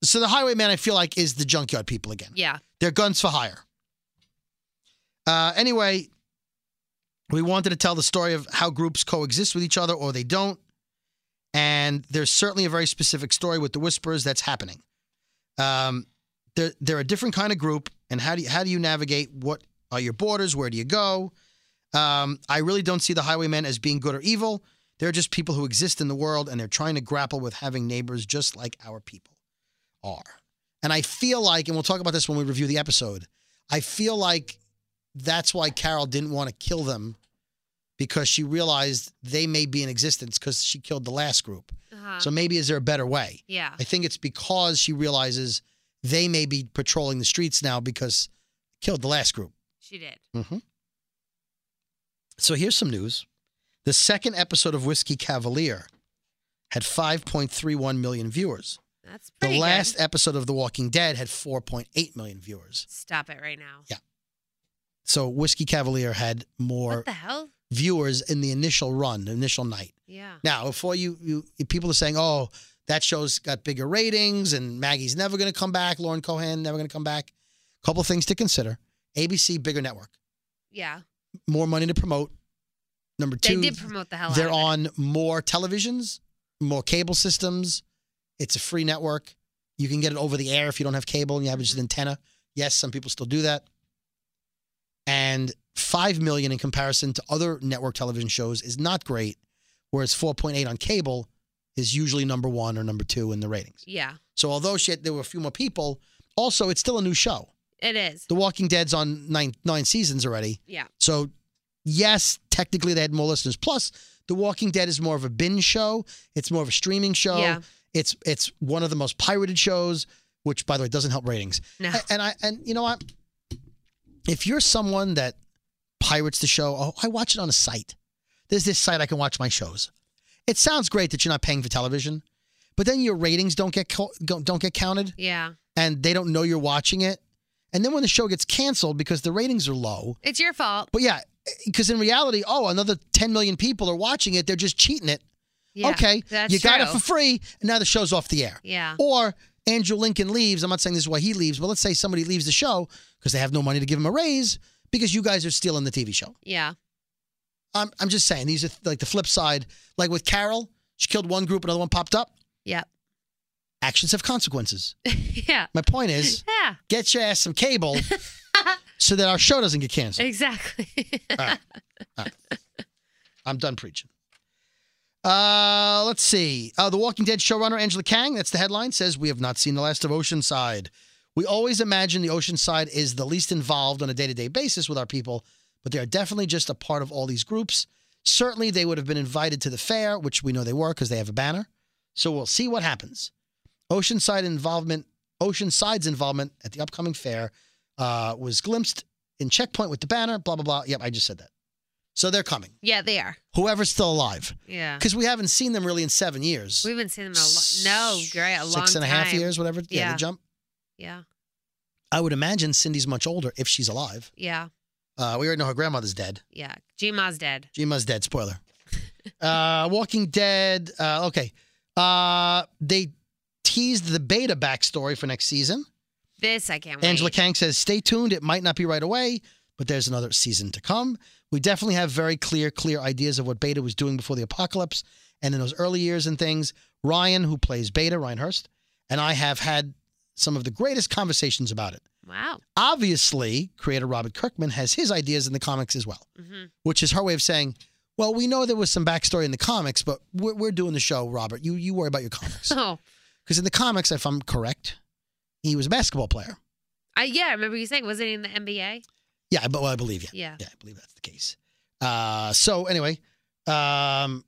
Speaker 6: So the Highwayman, I feel like, is the junkyard people again.
Speaker 7: Yeah.
Speaker 6: They're guns for hire. Uh, anyway, we wanted to tell the story of how groups coexist with each other or they don't. And there's certainly a very specific story with the Whisperers that's happening. Um, they're, they're a different kind of group. And how do you, how do you navigate? What are your borders? Where do you go? Um, I really don't see the Highwaymen as being good or evil. They're just people who exist in the world and they're trying to grapple with having neighbors just like our people are. And I feel like, and we'll talk about this when we review the episode, I feel like that's why Carol didn't want to kill them because she realized they may be in existence because she killed the last group.
Speaker 7: Uh-huh.
Speaker 6: So maybe is there a better way?
Speaker 7: yeah.
Speaker 6: I think it's because she realizes they may be patrolling the streets now because killed the last group.
Speaker 7: She did.
Speaker 6: Mm-hmm. So here's some news. The second episode of Whiskey Cavalier had 5.31 million viewers.
Speaker 7: That's
Speaker 6: The
Speaker 7: pretty
Speaker 6: last
Speaker 7: good.
Speaker 6: episode of The Walking Dead had 4.8 million viewers.
Speaker 7: Stop it right now.
Speaker 6: So Whiskey Cavalier had more
Speaker 7: what the hell?
Speaker 6: viewers in the initial run, the initial night.
Speaker 7: Yeah.
Speaker 6: Now, before you, you if people are saying, "Oh, that show's got bigger ratings and Maggie's never going to come back, Lauren Cohan never going to come back." Couple things to consider. ABC bigger network,
Speaker 7: Yeah.
Speaker 6: more money to promote. Number
Speaker 7: They
Speaker 6: 2,
Speaker 7: did promote the hell
Speaker 6: they're
Speaker 7: out of
Speaker 6: on more televisions, more cable systems. It's a free network. You can get it over the air if you don't have cable and you have just an antenna. Yes, some people still do that. And five million in comparison to other network television shows is not great, whereas four point eight on cable is usually number one or number two in the ratings.
Speaker 7: it. Yeah.
Speaker 6: So although shit, there were a few more people. Also, it's still a new show.
Speaker 7: It is.
Speaker 6: The Walking Dead's on nine nine seasons already.
Speaker 7: Yeah.
Speaker 6: So, yes, technically they had more listeners. Plus, The Walking Dead is more of a binge show. It's more of a streaming show.
Speaker 7: Yeah.
Speaker 6: It's it's one of the most pirated shows, which by the way doesn't help ratings.
Speaker 7: No.
Speaker 6: A- And I and you know what? If you're someone that pirates the show, oh, I watch it on a site. There's this site I can watch my shows. It sounds great that you're not paying for television, but then your ratings don't get co- don't don't get counted
Speaker 7: Yeah.
Speaker 6: and they don't know you're watching it. And then when the show gets canceled because the ratings are low,
Speaker 7: It's your fault.
Speaker 6: but yeah, because in reality, oh, another 10 million people are watching it. They're just cheating it
Speaker 7: Yeah,
Speaker 6: okay,
Speaker 7: that's
Speaker 6: you got it for
Speaker 7: true.
Speaker 6: free, and now the show's off the air.
Speaker 7: Yeah.
Speaker 6: Or Andrew Lincoln leaves. I'm not saying this is why he leaves, but let's say somebody leaves the show because they have no money to give him a raise because you guys are stealing the TV show.
Speaker 7: Yeah.
Speaker 6: I'm, I'm just saying these are like the flip side. Like with Carol, she killed one group, another one popped up.
Speaker 7: Yep.
Speaker 6: Actions have consequences.
Speaker 7: Yeah.
Speaker 6: My point is,
Speaker 7: Yeah.
Speaker 6: get your ass some cable so that our show doesn't get canceled.
Speaker 7: Exactly.
Speaker 6: Uh, I'm done preaching. Uh, let's see. Uh, the Walking Dead showrunner Angela Kang, that's the headline, says we have not seen the last of Oceanside. We always imagine the Oceanside is the least involved on a day-to-day basis with our people, but they are definitely just a part of all these groups. Certainly, they would have been invited to the fair, which we know they were because they have a banner. So we'll see what happens. Oceanside involvement, Oceanside's involvement at the upcoming fair uh, was glimpsed in checkpoint with the banner. Blah blah blah. Yep, I just said that. So they're coming
Speaker 7: yeah, they are.
Speaker 6: whoever's still alive.
Speaker 7: Yeah.
Speaker 6: Because we haven't seen them really in seven years.
Speaker 7: We haven't seen them in a lo- no, great, a long
Speaker 6: Six and a half
Speaker 7: time.
Speaker 6: years, whatever. Yeah,
Speaker 7: Yeah.
Speaker 6: the jump.
Speaker 7: Yeah.
Speaker 6: I would imagine Cindy's much older if she's alive.
Speaker 7: Yeah.
Speaker 6: Uh, we already know her grandmother's dead.
Speaker 7: Yeah. Gma's dead.
Speaker 6: Jima's dead. Spoiler. uh, Walking Dead. Uh, okay. Uh, they teased the beta backstory for next season.
Speaker 7: This I can't wait.
Speaker 6: Angela Kang says, "Stay tuned. It might not be right away, but there's another season to come. We definitely have very clear, clear ideas of what Beta was doing before the apocalypse, and in those early years and things. Ryan, who plays Beta, Ryan Hurst, and I have had some of the greatest conversations about it.
Speaker 7: Wow.
Speaker 6: Obviously, creator Robert Kirkman has his ideas in the comics as well,
Speaker 7: Mhm.
Speaker 6: which is her way of saying." Well, we know there was some backstory in the comics, but we're, we're doing the show, Robert. You you worry about your comics
Speaker 7: So,
Speaker 6: because in the comics, if I'm correct, he was a basketball player.
Speaker 7: I yeah, I remember you saying, was it in the NBA?
Speaker 6: Yeah, I- well, I believe you.
Speaker 7: Yeah.
Speaker 6: Yeah, I believe that's the case. Uh, so anyway, um,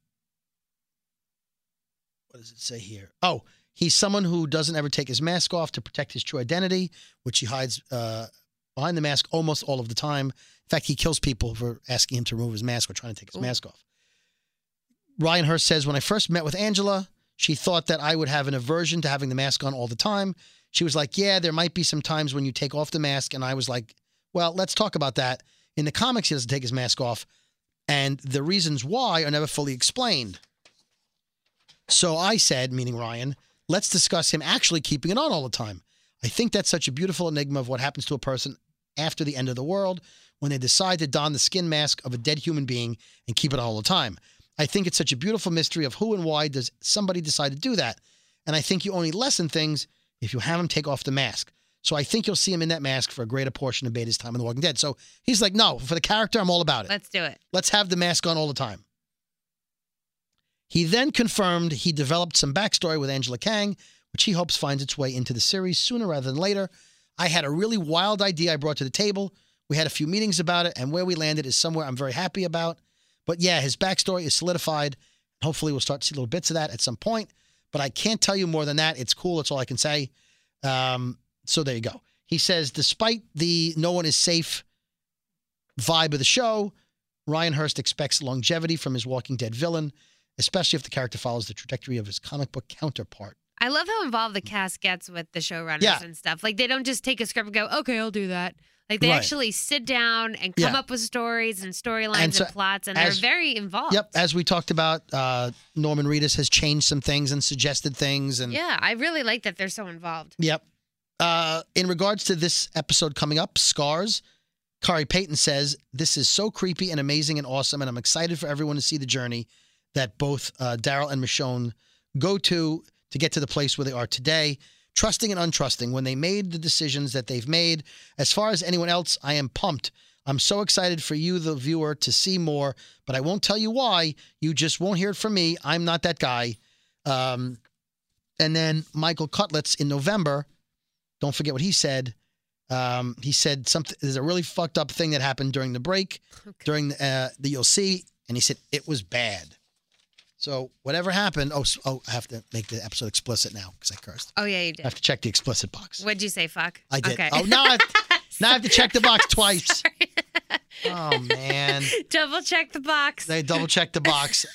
Speaker 6: what does it say here? Oh, he's someone who doesn't ever take his mask off to protect his true identity, which he hides uh, behind the mask almost all of the time. In fact, he kills people for asking him to remove his mask or trying to take his
Speaker 7: Ooh.
Speaker 6: mask off. Ryan Hurst says, when I first met with Angela, she thought that I would have an aversion to having the mask on all the time. She was like, yeah, there might be some times when you take off the mask. And I was like, well, let's talk about that. In the comics, he doesn't take his mask off, and the reasons why are never fully explained. So I said, meaning Ryan, let's discuss him actually keeping it on all the time. I think that's such a beautiful enigma of what happens to a person after the end of the world when they decide to don the skin mask of a dead human being and keep it on all the time. I think it's such a beautiful mystery of who and why does somebody decide to do that. And I think you only lessen things if you have him take off the mask. So I think you'll see him in that mask for a greater portion of Beta's time in The Walking Dead. So he's like, no, for the character, I'm all about it.
Speaker 7: Let's do it.
Speaker 6: Let's have the mask on all the time. He then confirmed he developed some backstory with Angela Kang, which he hopes finds its way into the series sooner rather than later. I had a really wild idea I brought to the table. We had a few meetings about it, and where we landed is somewhere I'm very happy about. But yeah, his backstory is solidified. Hopefully, we'll start to see little bits of that at some point. But I can't tell you more than that. It's cool. That's all I can say. Um, so there you go. He says, despite the no one is safe vibe of the show, Ryan Hurst expects longevity from his Walking Dead villain, especially if the character follows the trajectory of his comic book counterpart.
Speaker 7: I love how involved the cast gets with the showrunners
Speaker 6: Yeah.
Speaker 7: and stuff. Like they don't just take a script and go, "Okay, I'll do that." Like they
Speaker 6: Right.
Speaker 7: actually sit down and come
Speaker 6: Yeah.
Speaker 7: up with stories and storylines
Speaker 6: And
Speaker 7: and,
Speaker 6: so
Speaker 7: plots, and
Speaker 6: as-
Speaker 7: they're very involved.
Speaker 6: Yep, as we talked about, uh, Norman Reedus has changed some things and suggested things, and
Speaker 7: yeah, I really like that they're so involved.
Speaker 6: Yep. Uh, in regards to this episode coming up, Scars, Kari Payton says, This is so creepy and amazing and awesome, and I'm excited for everyone to see the journey that both uh, Daryl and Michonne go to to get to the place where they are today. Trusting and untrusting, when they made the decisions that they've made. As far as anyone else, I am pumped. I'm so excited for you, the viewer, to see more, but I won't tell you why. You just won't hear it from me. I'm not that guy. Um, and then Michael Cutlets in November. Don't forget what he said. Um, he said something. There's a really fucked up thing that happened during the break, during the, uh, that you'll see, and he said it was bad. So whatever happened. Oh, s- oh, I have to make the episode explicit now because I cursed.
Speaker 7: Oh yeah, you
Speaker 6: I
Speaker 7: did.
Speaker 6: have to check the explicit box.
Speaker 7: What'd you say? Fuck.
Speaker 6: I did.
Speaker 7: Okay.
Speaker 6: Oh, now I, now I have to check the box twice. Oh man,
Speaker 7: Double check the box.
Speaker 6: they double checked the box.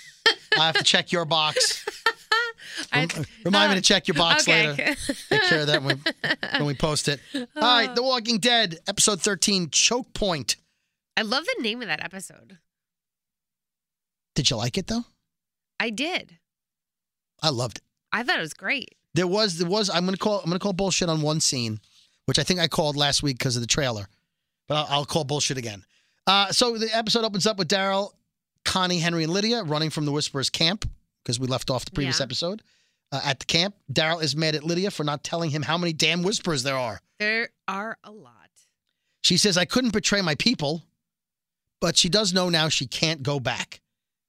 Speaker 6: I have to check your box.
Speaker 7: I-
Speaker 6: Rem- Remind me to check your box
Speaker 7: okay.
Speaker 6: later. Take care of that when, when we post it. All right, The Walking Dead, episode 13, Choke Point.
Speaker 7: I love the name of that episode.
Speaker 6: Did you like it though?
Speaker 7: I did.
Speaker 6: I loved it.
Speaker 7: I thought it was great.
Speaker 6: There was there was I'm gonna call I'm gonna call bullshit on one scene, which I think I called last week because of the trailer, but I'll, I'll call bullshit again. Uh, so the episode opens up with Daryl, Connie, Henry, and Lydia running from the Whisperers' camp because we left off the previous
Speaker 7: Yeah.
Speaker 6: episode uh, at the camp. Daryl is mad at Lydia for not telling him how many damn Whisperers there are.
Speaker 7: There are a lot.
Speaker 6: She says, I couldn't betray my people, but she does know now she can't go back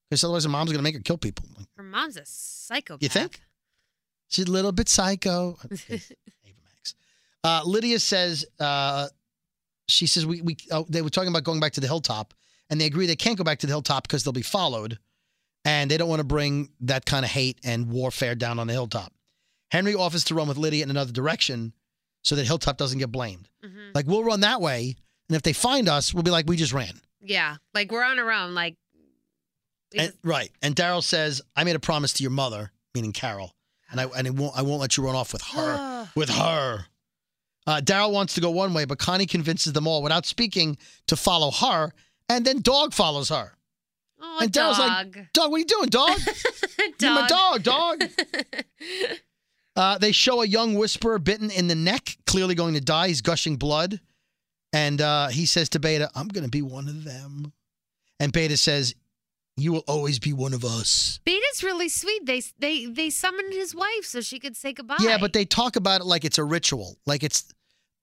Speaker 6: because otherwise her mom's going to make her kill people. Like,
Speaker 7: Her mom's a psychopath.
Speaker 6: think? She's a little bit psycho. Okay, Abramax. Uh, Lydia says, uh, she says, we, we oh, they were talking about going back to the hilltop, and they agree they can't go back to the hilltop because they'll be followed, and they don't want to bring that kind of hate and warfare down on the hilltop. Henry offers to run with Lydia in another direction so that hilltop doesn't get blamed.
Speaker 7: Mhm.
Speaker 6: Like, we'll run that way, and if they find us, we'll be like, we just ran.
Speaker 7: Yeah, like we're on our own. Like, it's-
Speaker 6: And, right. And Daryl says, "I made a promise to your mother, meaning Carol, and I and it won't I won't let you run off with her with her." Uh, Daryl wants to go one way, but Connie convinces them all without speaking to follow her, and then Dog follows her.
Speaker 7: oh,
Speaker 6: and
Speaker 7: dog.
Speaker 6: Daryl's like, "Dog, what are you doing, Dog? You're my dog, dog." Uh, they show a young whisperer bitten in the neck, clearly going to die. He's gushing blood. And uh, he says to Beta, I'm going to be one of them. And Beta says, You will always be one of us.
Speaker 7: Beta's really sweet. They they they summoned his wife so she could say goodbye.
Speaker 6: Yeah, but they talk about it like it's a ritual. Like it's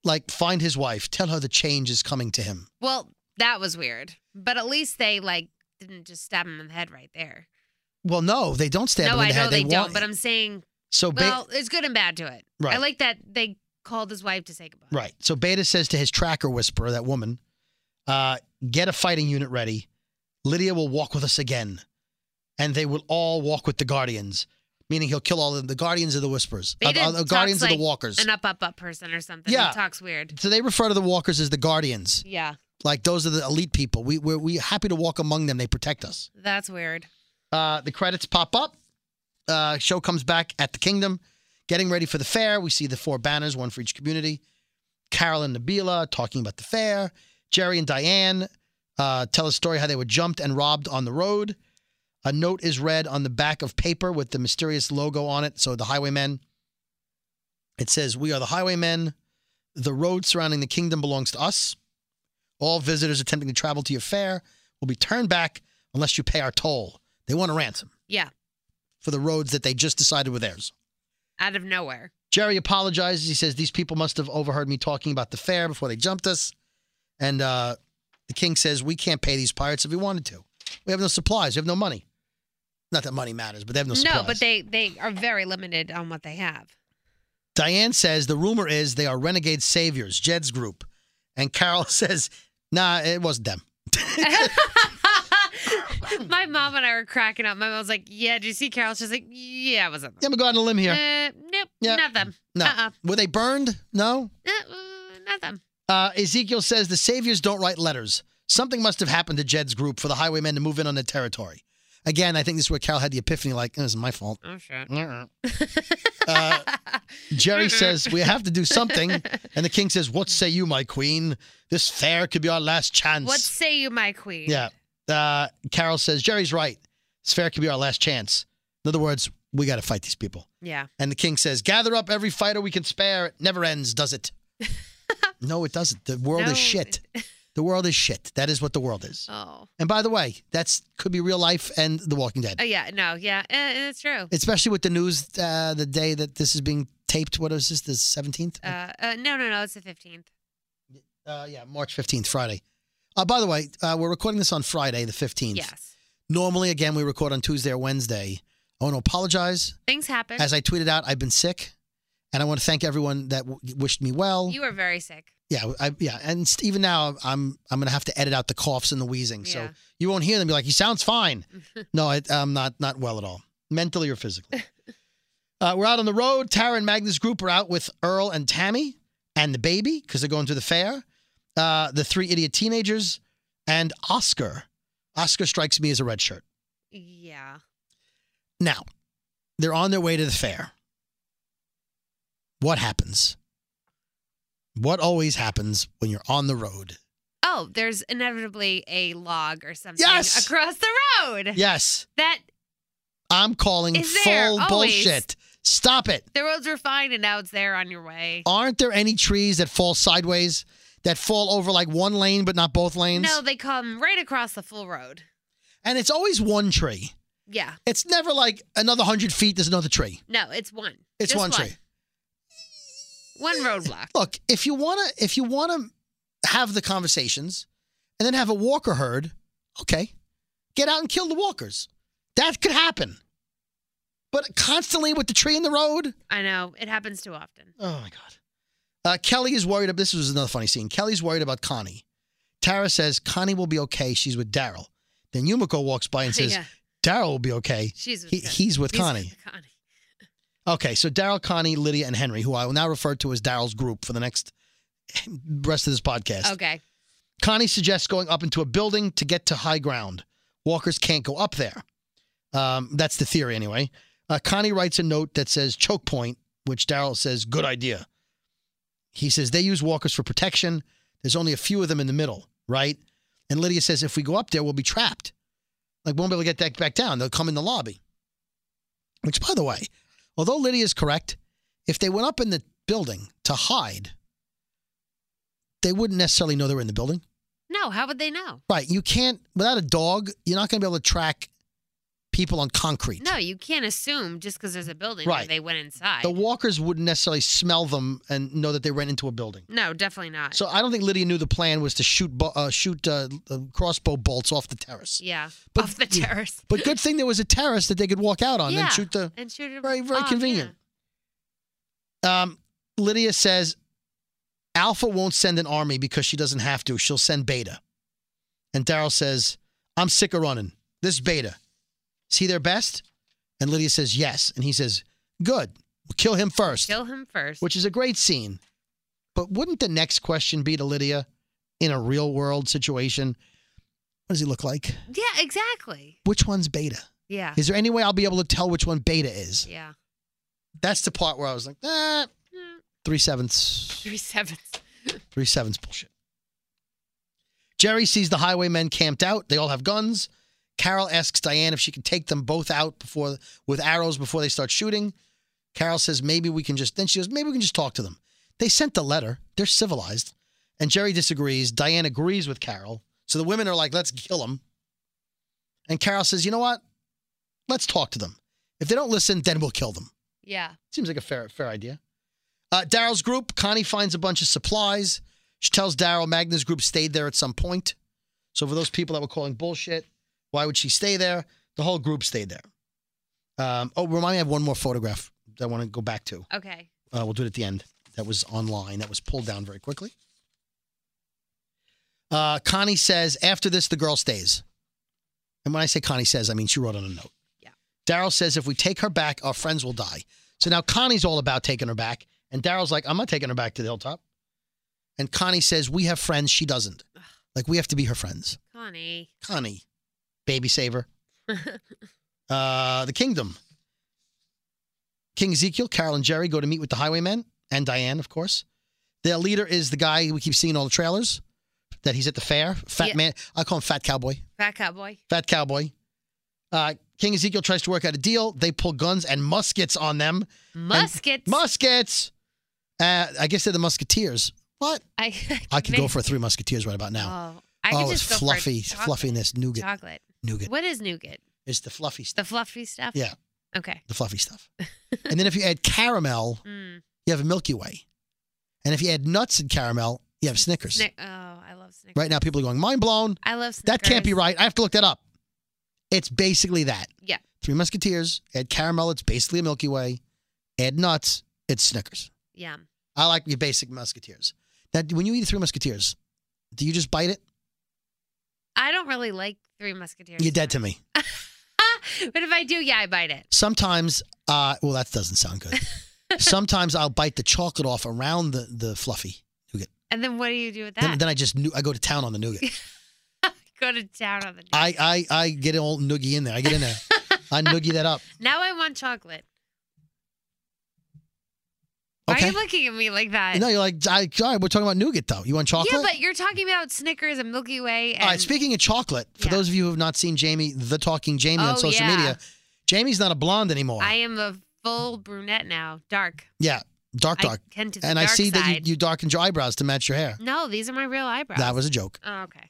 Speaker 6: like find his wife, tell her the change is coming to him.
Speaker 7: well, that was weird. But at least they like didn't just stab him in the head right there.
Speaker 6: Well, no, they don't stab
Speaker 7: no,
Speaker 6: him in
Speaker 7: I
Speaker 6: the
Speaker 7: know
Speaker 6: head.
Speaker 7: they, don't.
Speaker 6: want-
Speaker 7: But I'm saying,
Speaker 6: so Be-
Speaker 7: well, it's good and bad to it. I
Speaker 6: Right.
Speaker 7: like that they called his wife to say goodbye.
Speaker 6: right. So Beta says to his tracker whisperer, that woman, uh, get a fighting unit ready. Lydia will walk with us again, and they will all walk with the guardians. Meaning he'll kill all of them. The guardians of the whispers,
Speaker 7: Beta
Speaker 6: Uh, the
Speaker 7: talks
Speaker 6: guardians of
Speaker 7: like
Speaker 6: the walkers.
Speaker 7: an up up up person or something.
Speaker 6: Yeah.
Speaker 7: he talks weird.
Speaker 6: so they refer to the walkers as the guardians.
Speaker 7: Yeah,
Speaker 6: Like those are the elite people. We we're, we happy to walk among them. They protect us.
Speaker 7: that's weird.
Speaker 6: Uh, the credits pop up. Uh, show comes back at the kingdom, getting ready for the fair. We see the four banners, one for each community. Carol and Nabila talking about the fair. Jerry and Diane uh, tell a story how they were jumped and robbed on the road. A note is read on the back of paper with the mysterious logo on it. So the highwaymen. It says, "We are the highwaymen. The road surrounding the kingdom belongs to us. All visitors attempting to travel to your fair will be turned back unless you pay our toll. They want a ransom
Speaker 7: Yeah,
Speaker 6: for the roads that they just decided were theirs.
Speaker 7: out of nowhere.
Speaker 6: Jerry apologizes. He says, These people must have overheard me talking about the fair before they jumped us. And uh, the king says, We can't pay these pirates if we wanted to. We have no supplies. We have no money. Not that money matters, but they have no supplies.
Speaker 7: No, but they they are very limited on what they have.
Speaker 6: Diane says, The rumor is they are renegade saviors, Jed's group. And Carol says, Nah, it wasn't them.
Speaker 7: My mom and I were cracking up. My mom was like, "Yeah, did you see Carol?" She's like, "Yeah, I was on."
Speaker 6: Yeah, I'm going to go out on a limb here.
Speaker 7: Uh, nope,
Speaker 6: Yeah.
Speaker 7: not them.
Speaker 6: No.
Speaker 7: uh-uh.
Speaker 6: Were they burned? No.
Speaker 7: Uh, uh, not them.
Speaker 6: Uh, Ezekiel says the saviors don't write letters. Something must have happened to Jed's group for the highwaymen to move in on their territory. Again, I think this is where Cal had the epiphany like, "Eh, this is my fault.
Speaker 7: Oh shit.
Speaker 6: Mm, Uh, Jerry
Speaker 7: Mm-hmm.
Speaker 6: says, we have to do something. And the king says, what say you, my queen? This fair could be our last chance.
Speaker 7: What say you, my queen?
Speaker 6: yeah. Uh, Carol says, Jerry's right. This fair could be our last chance. In other words, we got to fight these people.
Speaker 7: Yeah.
Speaker 6: And the king says, Gather up every fighter we can spare. It never ends, does it? no, it doesn't. The world
Speaker 7: No,
Speaker 6: is shit. The world is shit. That is what the world is.
Speaker 7: Oh.
Speaker 6: And by the way, that's could be real life and The Walking Dead.
Speaker 7: Oh yeah. No. Yeah. Uh, it's true.
Speaker 6: Especially with the news uh, the day that this is being taped. What is this? The 17th?
Speaker 7: Uh, uh, no, no, no. It's the fifteenth.
Speaker 6: Uh, yeah, March 15th, Friday. Uh, by the way, uh, we're recording this on Friday, the 15th.
Speaker 7: Yes.
Speaker 6: Normally, again, we record on Tuesday or Wednesday. I want to apologize.
Speaker 7: Things happen.
Speaker 6: As I tweeted out, I've been sick. And I want to thank everyone that w- wished me well.
Speaker 7: you are very sick.
Speaker 6: Yeah, I, yeah, and st- even now I'm I'm gonna have to edit out the coughs and the wheezing, so
Speaker 7: Yeah.
Speaker 6: you won't hear them. Be like, he sounds fine. no, I, I'm not not well at all, mentally or physically. uh, we're out on the road. Tara and Magnus group are out with Earl and Tammy and the baby because they're going to the fair. Uh, the three idiot teenagers and Oscar. Oscar strikes me as a red shirt.
Speaker 7: Yeah.
Speaker 6: Now, they're on their way to the fair. What happens? What always happens when you're on the road?
Speaker 7: Oh, there's inevitably a log or something
Speaker 6: Yes!
Speaker 7: across the road.
Speaker 6: Yes.
Speaker 7: That
Speaker 6: I'm calling
Speaker 7: Is there
Speaker 6: full
Speaker 7: always-
Speaker 6: bullshit. Stop it.
Speaker 7: The roads were fine, and now it's there on your way.
Speaker 6: Aren't there any trees that fall sideways, that fall over like one lane but not both lanes?
Speaker 7: No, they come right across the full road.
Speaker 6: and it's always one tree.
Speaker 7: Yeah.
Speaker 6: It's never like another hundred feet. There's another tree.
Speaker 7: No, it's one.
Speaker 6: It's
Speaker 7: Just
Speaker 6: one tree.
Speaker 7: One roadblock.
Speaker 6: Look, if you wanna, if you wanna have the conversations, and then have a walker herd, okay, get out and kill the walkers. That could happen. But constantly with the tree in the road,
Speaker 7: I know. It happens too often.
Speaker 6: Oh my god. Uh, Kelly is worried. This was another funny scene. Kelly's worried about Connie. Tara says Connie will be okay. She's with Daryl. Then Yumiko walks by and says
Speaker 7: Yeah.
Speaker 6: Daryl will be okay.
Speaker 7: She's with
Speaker 6: He-
Speaker 7: Connie.
Speaker 6: he's with Connie.
Speaker 7: Connie.
Speaker 6: Okay, so Daryl, Connie, Lydia, and Henry, who I will now refer to as Daryl's group for the next rest of this podcast.
Speaker 7: Okay.
Speaker 6: Connie suggests going up into a building to get to high ground. Walkers can't go up there. Um, that's the theory, anyway. Uh, Connie writes a note that says choke point, which Daryl says, good idea. He says they use walkers for protection. There's only a few of them in the middle, right? And Lydia says, if we go up there, we'll be trapped. Like, we won't be able to get that back down. They'll come in the lobby. Which, by the way, although Lydia's correct, if they went up in the building to hide, they wouldn't necessarily know they were in the building.
Speaker 7: No, how would they know?
Speaker 6: Right. You can't without a dog. You're not going to be able to track people on concrete.
Speaker 7: No, you can't assume just because there's a building
Speaker 6: Right.
Speaker 7: that they went inside.
Speaker 6: The walkers wouldn't necessarily smell them and know that they ran into a building.
Speaker 7: no, definitely not.
Speaker 6: So I don't think Lydia knew the plan was to shoot bo- uh, shoot uh, uh, crossbow bolts off the terrace.
Speaker 7: yeah.
Speaker 6: But-
Speaker 7: Off the
Speaker 6: yeah.
Speaker 7: terrace.
Speaker 6: But good thing there was a terrace that they could walk out on
Speaker 7: yeah.
Speaker 6: and shoot the.
Speaker 7: And shoot it
Speaker 6: Very very
Speaker 7: off,
Speaker 6: convenient. Um, Lydia says Alpha won't send an army because she doesn't have to. She'll send Beta. And Daryl says, I'm sick of running. This is Beta. Is he their best? And Lydia says, yes. And he says, good. We'll kill him
Speaker 7: yeah.
Speaker 6: first,
Speaker 7: Kill him first.
Speaker 6: which is a great scene. But wouldn't the next question be to Lydia in a real world situation? What does he look like?
Speaker 7: yeah, exactly.
Speaker 6: Which one's Beta?
Speaker 7: Yeah.
Speaker 6: Is there any way I'll be able to tell which one Beta is?
Speaker 7: yeah.
Speaker 6: That's the part where I was like, eh,
Speaker 7: Mm,
Speaker 6: three sevenths.
Speaker 7: Three sevenths.
Speaker 6: Three sevens bullshit. Jerry sees the highwaymen camped out. They all have guns. Carol asks Diane if she can take them both out before with arrows before they start shooting. Carol says maybe we can just then she goes, maybe we can just talk to them. They sent the letter. They're civilized. And Jerry disagrees. Diane agrees with Carol. So the women are like, let's kill them. And Carol says, you know what? Let's talk to them. If they don't listen, then we'll kill them.
Speaker 7: Yeah.
Speaker 6: Seems like a fair fair idea. Uh, Daryl's group. Connie finds a bunch of supplies. She tells Daryl Magna's group stayed there at some point. So for those people that were calling bullshit, why would she stay there? The whole group stayed there. Um, oh, remind me, I have one more photograph that I want to go back to.
Speaker 7: Okay.
Speaker 6: Uh, we'll do it at the end. That was online. That was pulled down very quickly. Uh, Connie says, after this, the girl stays. And when I say Connie says, I mean she wrote on a note.
Speaker 7: Yeah.
Speaker 6: Daryl says, if we take her back, our friends will die. So now Connie's all about taking her back. And Daryl's like, I'm not taking her back to the hilltop. And Connie says, we have friends. She doesn't. Like, we have to be her friends.
Speaker 7: Connie.
Speaker 6: Connie, baby saver. uh, the kingdom. King Ezekiel, Carol, and Jerry go to meet with the highwaymen and Diane, of course. Their leader is the guy we keep seeing in all the trailers. That he's at the fair, fat
Speaker 7: Yeah.
Speaker 6: man. I call him Fat Cowboy.
Speaker 7: Fat cowboy.
Speaker 6: Fat Cowboy. Uh, King Ezekiel tries to work out a deal. They pull guns and muskets on them.
Speaker 7: Muskets.
Speaker 6: Muskets. Uh, I guess they're the Musketeers. What?
Speaker 7: I,
Speaker 6: I could go for three Musketeers right about now.
Speaker 7: Oh, I could
Speaker 6: oh, it's
Speaker 7: just go
Speaker 6: fluffy,
Speaker 7: for chocolate.
Speaker 6: fluffiness, nougat,
Speaker 7: Chocolate.
Speaker 6: nougat.
Speaker 7: What is nougat?
Speaker 6: It's the fluffy stuff.
Speaker 7: The fluffy stuff?
Speaker 6: Yeah,
Speaker 7: Okay.
Speaker 6: the fluffy stuff. and then if you add caramel,
Speaker 7: Mm.
Speaker 6: you have a Milky Way. And if you add nuts and caramel, you have Snickers.
Speaker 7: Snick- oh, I love Snickers.
Speaker 6: Right now, people are going mind blown.
Speaker 7: I love Snickers.
Speaker 6: That can't be right. I have to look that up. It's basically that.
Speaker 7: Yeah.
Speaker 6: Three Musketeers, add caramel, it's basically a Milky Way. Add nuts, it's Snickers.
Speaker 7: Yum.
Speaker 6: I like your basic Musketeers. Now, when you eat Three Musketeers, do you just bite it?
Speaker 7: I don't really like Three Musketeers.
Speaker 6: You're dead to me.
Speaker 7: But if I do, yeah, I bite it.
Speaker 6: Sometimes, uh, well, that doesn't sound good. Sometimes I'll bite the chocolate off around the, the fluffy nougat.
Speaker 7: And then what do you do with
Speaker 6: Then,
Speaker 7: that?
Speaker 6: then I just nu- I go to town on the nougat.
Speaker 7: go to town on the
Speaker 6: I, uh, I I get an old noogie in there. I get in there. I noogie that up.
Speaker 7: Now I want chocolate. Why
Speaker 6: Okay.
Speaker 7: are you looking at me like that?
Speaker 6: no, you're like, I, all right, we're talking about nougat though. You want chocolate?
Speaker 7: Yeah, but you're talking about Snickers and Milky Way. And
Speaker 6: All right, speaking of chocolate, for
Speaker 7: Yeah.
Speaker 6: those of you who have not seen Jamie, the talking Jamie on
Speaker 7: Oh,
Speaker 6: social
Speaker 7: yeah.
Speaker 6: media, Jamie's not a blonde anymore.
Speaker 7: I am a full brunette now, dark.
Speaker 6: yeah, dark, dark.
Speaker 7: I tend to the
Speaker 6: and I
Speaker 7: dark
Speaker 6: see that
Speaker 7: side.
Speaker 6: you, you darkened your eyebrows to match your hair.
Speaker 7: No, these are my real eyebrows.
Speaker 6: That was a joke.
Speaker 7: Oh, okay.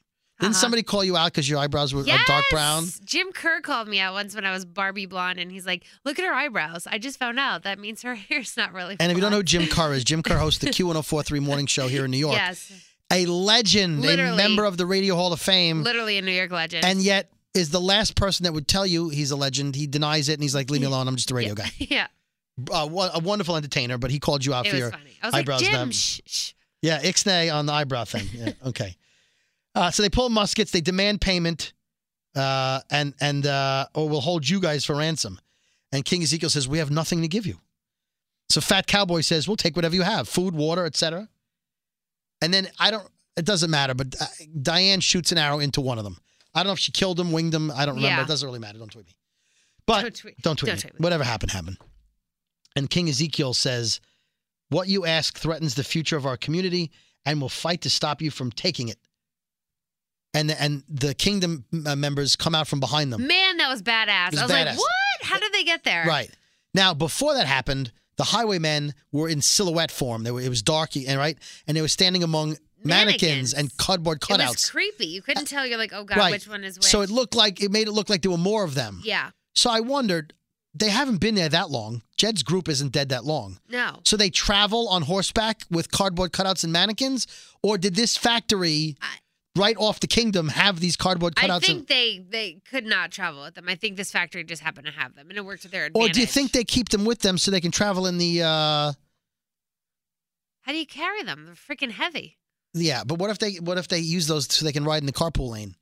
Speaker 6: Didn't
Speaker 7: Uh-huh.
Speaker 6: somebody call you out because your eyebrows were
Speaker 7: yes!
Speaker 6: are dark brown?
Speaker 7: Jim Kerr called me out once when I was Barbie blonde, and he's like, "Look at her eyebrows. I just found out that means her hair's not really."
Speaker 6: And if you don't know who
Speaker 7: blonde."
Speaker 6: Jim Kerr is, Jim Kerr hosts the Q1043 morning show here in New York.
Speaker 7: yes,
Speaker 6: A legend, a
Speaker 7: Literally.
Speaker 6: member of the Radio Hall of Fame,
Speaker 7: literally a New York legend.
Speaker 6: um, and yet is the last person that would tell you he's a legend. He denies it and he's like, leave me alone. I'm just a radio guy.
Speaker 7: yeah,
Speaker 6: Uh, wa- a wonderful entertainer, but he called you out
Speaker 7: it
Speaker 6: for
Speaker 7: was
Speaker 6: your
Speaker 7: funny. I was like,
Speaker 6: eyebrows.
Speaker 7: Jim,
Speaker 6: not-
Speaker 7: shh, shh.
Speaker 6: Yeah, Ixnay on the eyebrow thing. Yeah, okay. Uh, so they pull muskets, they demand payment, uh, and and uh, or we'll hold you guys for ransom. And King Ezekiel says, "We have nothing to give you." So Fat Cowboy says, "We'll take whatever you have, food, water, etc." And then I don't. It doesn't matter, but uh, Diane shoots an arrow into one of them. I don't know if she killed him, winged him. I don't remember.
Speaker 7: Yeah.
Speaker 6: It doesn't really matter. Don't tweet me. But
Speaker 7: Don't tweet-
Speaker 6: Don't tweet,
Speaker 7: don't
Speaker 6: me.
Speaker 7: tweet me.
Speaker 6: Whatever happened, happened. And King Ezekiel says, "What you ask threatens the future of our community, and will fight to stop you from taking it." And the, and the kingdom uh, members come out from behind them.
Speaker 7: Man, that was badass.
Speaker 6: It was
Speaker 7: I was
Speaker 6: badass.
Speaker 7: like, what? How did they get there?
Speaker 6: Right. Now, before that happened, the highwaymen were in silhouette form. They were, it was dark, and right, and they were standing among mannequins,
Speaker 7: Mannequins.
Speaker 6: and cardboard
Speaker 7: It was
Speaker 6: cutouts. Uh,
Speaker 7: creepy. You couldn't tell. You're like, oh god,
Speaker 6: right.
Speaker 7: which one is which?
Speaker 6: So it looked like it made it look like there were more of them.
Speaker 7: yeah,
Speaker 6: So I wondered, they haven't been there that long. Jed's group isn't dead that long.
Speaker 7: no.
Speaker 6: So they travel on horseback with cardboard cutouts and mannequins, or did this factory
Speaker 7: I-
Speaker 6: right off the kingdom have these cardboard cutouts?
Speaker 7: I think
Speaker 6: and-
Speaker 7: they they could not travel with them. I think this factory just happened to have them, and it worked to their
Speaker 6: or
Speaker 7: advantage.
Speaker 6: do you think they keep them with them so they can travel in the? Uh,
Speaker 7: How do you carry them? They're freaking heavy.
Speaker 6: yeah, but what if they what if they use those so they can ride in the carpool lane?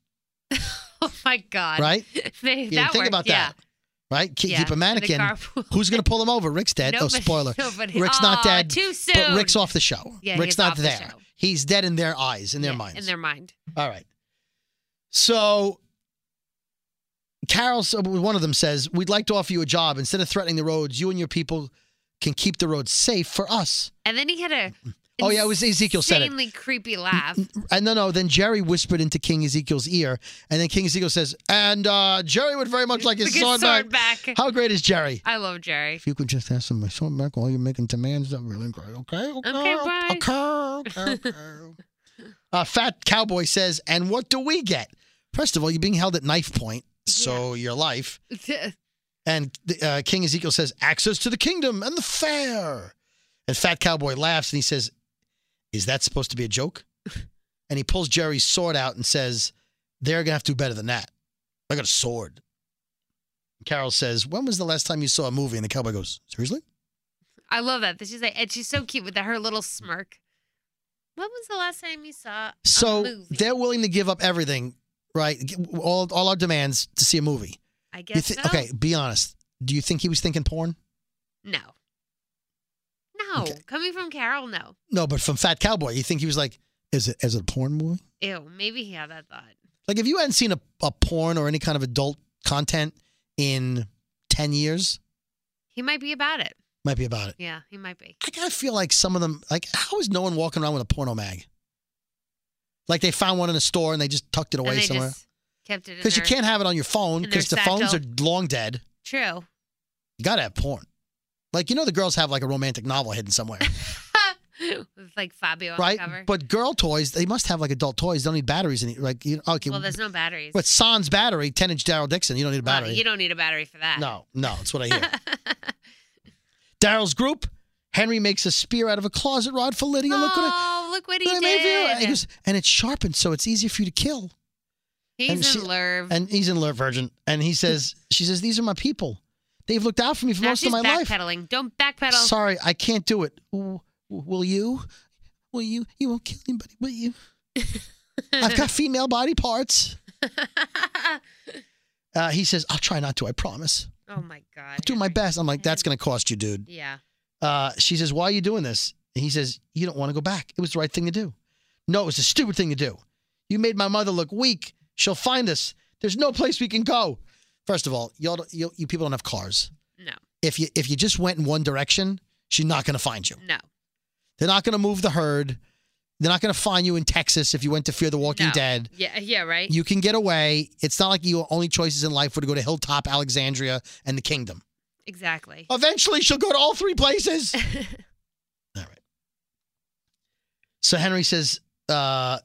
Speaker 7: Oh my god!
Speaker 6: Right?
Speaker 7: they,
Speaker 6: You
Speaker 7: that
Speaker 6: didn't think
Speaker 7: worked,
Speaker 6: about
Speaker 7: yeah.
Speaker 6: that. Right? Keep,
Speaker 7: Yeah,
Speaker 6: keep a
Speaker 7: in the
Speaker 6: mannequin.
Speaker 7: carpool.
Speaker 6: Who's going to pull him over? Rick's dead. oh,
Speaker 7: Nobody-
Speaker 6: spoiler.
Speaker 7: nobody-
Speaker 6: Rick's not
Speaker 7: Aw,
Speaker 6: dead.
Speaker 7: too
Speaker 6: But
Speaker 7: soon.
Speaker 6: Rick's off the show.
Speaker 7: Yeah,
Speaker 6: Rick's
Speaker 7: he's
Speaker 6: not
Speaker 7: off the
Speaker 6: there.
Speaker 7: show.
Speaker 6: He's dead in their eyes, in their
Speaker 7: Yeah,
Speaker 6: minds.
Speaker 7: In their mind.
Speaker 6: All right. So Carol, so one of them says, "We'd like to offer you a job. Instead of threatening the roads, you and your people can keep the roads safe for us."
Speaker 7: And then he had a
Speaker 6: Oh, yeah, it was Ezekiel said it.
Speaker 7: insanely creepy laugh.
Speaker 6: And no, no. Then Jerry whispered into King Ezekiel's ear, and then King Ezekiel says, "And uh, Jerry would very much like his
Speaker 7: Like his
Speaker 6: sword,
Speaker 7: sword
Speaker 6: back.
Speaker 7: back.
Speaker 6: How great is Jerry?
Speaker 7: I love Jerry.
Speaker 6: If you could just ask him my sword back while you're making demands, that would really great. Okay, okay,
Speaker 7: Okay, bye.
Speaker 6: okay, okay, okay. uh, Fat Cowboy says, "And what do we get? First of all, you're being held at knife point, so your life." And uh, King Ezekiel says, "Access to the kingdom and the fair." And Fat Cowboy laughs and he says, "Is that supposed to be a joke?" and he pulls Jerry's sword out and says, "They're gonna have to do better than that. I got a sword." Carol says, "When was the last time you saw a movie?" And the cowboy goes, "Seriously?"
Speaker 7: I love that. She's like, and she's so cute with that, her little smirk. When was the last time you saw a
Speaker 6: So
Speaker 7: movie?
Speaker 6: they're willing to give up everything, right? G- All all our demands to see a movie.
Speaker 7: I
Speaker 6: You
Speaker 7: guess
Speaker 6: thi-
Speaker 7: so.
Speaker 6: Okay, be honest. Do you think he was thinking porn?
Speaker 7: No. No.
Speaker 6: Okay.
Speaker 7: Coming from Carol, no.
Speaker 6: No, but from Fat Cowboy, you think he was like, "Is it is it a porn movie?"
Speaker 7: Ew, maybe he had that thought.
Speaker 6: Like if you hadn't seen a, a porn or any kind of adult content in ten years,
Speaker 7: He might be about it.
Speaker 6: might be about it.
Speaker 7: Yeah, he might be.
Speaker 6: I kind of feel like some of them, like how is no one walking around with a porno mag? Like they found one in a store and they just tucked it away
Speaker 7: and they
Speaker 6: somewhere.
Speaker 7: just kept it in
Speaker 6: Because you
Speaker 7: their-
Speaker 6: can't have it on your phone
Speaker 7: in their
Speaker 6: because the phones are
Speaker 7: satchel.
Speaker 6: long dead.
Speaker 7: True.
Speaker 6: You gotta have porn. Like you know, the girls have like a romantic novel hidden somewhere,
Speaker 7: With like Fabio on
Speaker 6: right?
Speaker 7: the cover.
Speaker 6: But girl toys, they must have like adult toys. They don't need batteries in it. Like you know, okay,
Speaker 7: well, there's no batteries.
Speaker 6: but Sans battery, ten inch Daryl Dixon. You don't need a
Speaker 7: Well,
Speaker 6: battery.
Speaker 7: you don't need a battery for that.
Speaker 6: No, no, that's what I hear. Daryl's group. Henry makes a spear out of a closet rod for Lydia.
Speaker 7: oh,
Speaker 6: Look what I,
Speaker 7: look what he
Speaker 6: what I made for you.
Speaker 7: did.
Speaker 6: And he goes, and it's sharpened, so it's easier for you to kill.
Speaker 7: He's
Speaker 6: and
Speaker 7: in
Speaker 6: she-
Speaker 7: Lerv.
Speaker 6: And he's in Lure Virgin. And he says, she says, these are my people. They've looked out for me for
Speaker 7: now
Speaker 6: most of
Speaker 7: she's
Speaker 6: my life.
Speaker 7: backpedaling. Don't backpedal.
Speaker 6: Sorry, I can't do it. W- Will you? Will you? You won't kill anybody, will you? I've got female body parts. Uh, he says, I'll try not to, I promise.
Speaker 7: oh my God.
Speaker 6: I'll do my
Speaker 7: Henry.
Speaker 6: best. I'm like, that's going to cost you, dude.
Speaker 7: Yeah.
Speaker 6: Uh, she says, Why are you doing this? And he says, You don't want to go back. It was the right thing to do. No, it was a stupid thing to do. You made my mother look weak. She'll find us. There's no place we can go. First of all, y'all, don't- you, you people don't have cars.
Speaker 7: No.
Speaker 6: If you if you just went in one direction, she's not going to find you.
Speaker 7: No.
Speaker 6: They're not going to move the herd. They're not going to find you in Texas if you went to Fear the Walking
Speaker 7: No.
Speaker 6: Dead.
Speaker 7: Yeah, yeah, right.
Speaker 6: You can get away. It's not like your only choices in life were to go to Hilltop, Alexandria, and the Kingdom.
Speaker 7: exactly.
Speaker 6: Eventually, she'll go to all three places. all right. So Henry says, uh,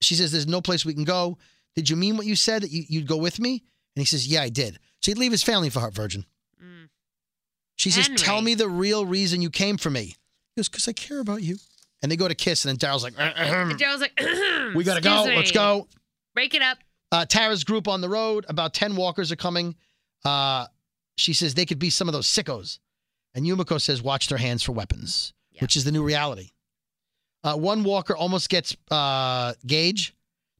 Speaker 6: she says, there's no place we can go. Did you mean what you said that you, you'd go with me? And he says, yeah, I did. So he'd leave his family for Heart Virgin.
Speaker 7: Mm.
Speaker 6: She says, tell
Speaker 7: Henry.
Speaker 6: me the real reason you came for me. He goes, because I care about you. And they go to kiss, and then Daryl's like,
Speaker 7: And Daryl's like,
Speaker 6: Mm. we got to go.
Speaker 7: "Excuse
Speaker 6: Let's
Speaker 7: me.
Speaker 6: go.
Speaker 7: Break it up.
Speaker 6: Uh, Tara's group on the road, about 10 walkers are coming. Uh, she says they could be some of those sickos. And Yumiko says, watch their hands for weapons,
Speaker 7: Yeah.
Speaker 6: which is the new reality. Uh, one walker almost gets uh, Gage,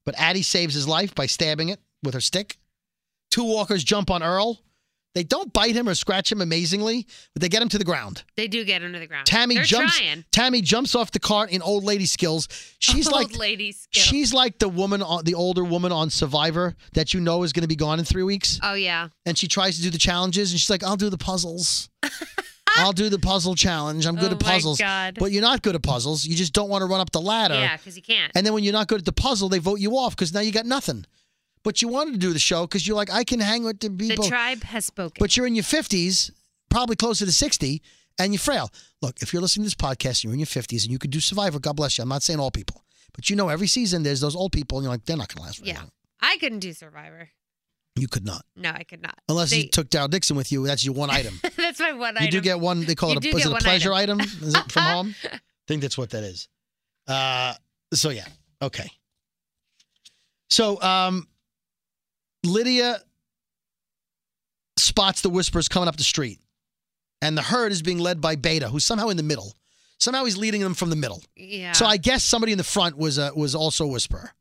Speaker 6: but Addie saves his life by stabbing it with her stick. Two walkers jump on Earl. They don't bite him or scratch him amazingly, but they get him to the ground.
Speaker 7: They do get under the ground.
Speaker 6: Tammy
Speaker 7: They're
Speaker 6: jumps.
Speaker 7: Trying.
Speaker 6: Tammy jumps off the cart in old lady skills. She's
Speaker 7: Old
Speaker 6: like
Speaker 7: lady skill.
Speaker 6: She's like the woman, on, the older woman on Survivor that you know is going to be gone in three weeks,
Speaker 7: Oh yeah.
Speaker 6: and she tries to do the challenges, and she's like, "I'll do the puzzles. I'll do the puzzle challenge. I'm good
Speaker 7: Oh
Speaker 6: at
Speaker 7: my
Speaker 6: puzzles."
Speaker 7: God.
Speaker 6: But you're not good at puzzles. You just don't want to run up the ladder.
Speaker 7: Yeah, because you can't.
Speaker 6: And then when you're not good at the puzzle, they vote you off because now you got nothing. But you wanted to do the show because you're like, I can hang with the
Speaker 7: the
Speaker 6: people.
Speaker 7: tribe has spoken.
Speaker 6: But you're in your 50s, probably closer to 60, and you're frail. Look, if you're listening to this podcast and you're in your 50s and you could do Survivor, God bless you. I'm not saying all people, but you know every season there's those old people and you're like, they're not going to last very
Speaker 7: yeah.
Speaker 6: long.
Speaker 7: I couldn't do Survivor.
Speaker 6: You could not.
Speaker 7: No, I could not.
Speaker 6: Unless
Speaker 7: They-
Speaker 6: you took Daryl Dixon with you, that's your one item.
Speaker 7: That's my one
Speaker 6: you
Speaker 7: item.
Speaker 6: do get one, they call
Speaker 7: You
Speaker 6: it a,
Speaker 7: do
Speaker 6: is
Speaker 7: get
Speaker 6: it a
Speaker 7: one
Speaker 6: pleasure item, Is it from home. I think that's what that is. Uh, so, yeah. Okay. So, um, Lydia spots the whispers coming up the street, and the herd is being led by Beta, who's somehow in the middle. Somehow he's leading them from the middle.
Speaker 7: Yeah.
Speaker 6: So I guess somebody in the front was a, was also a whisperer,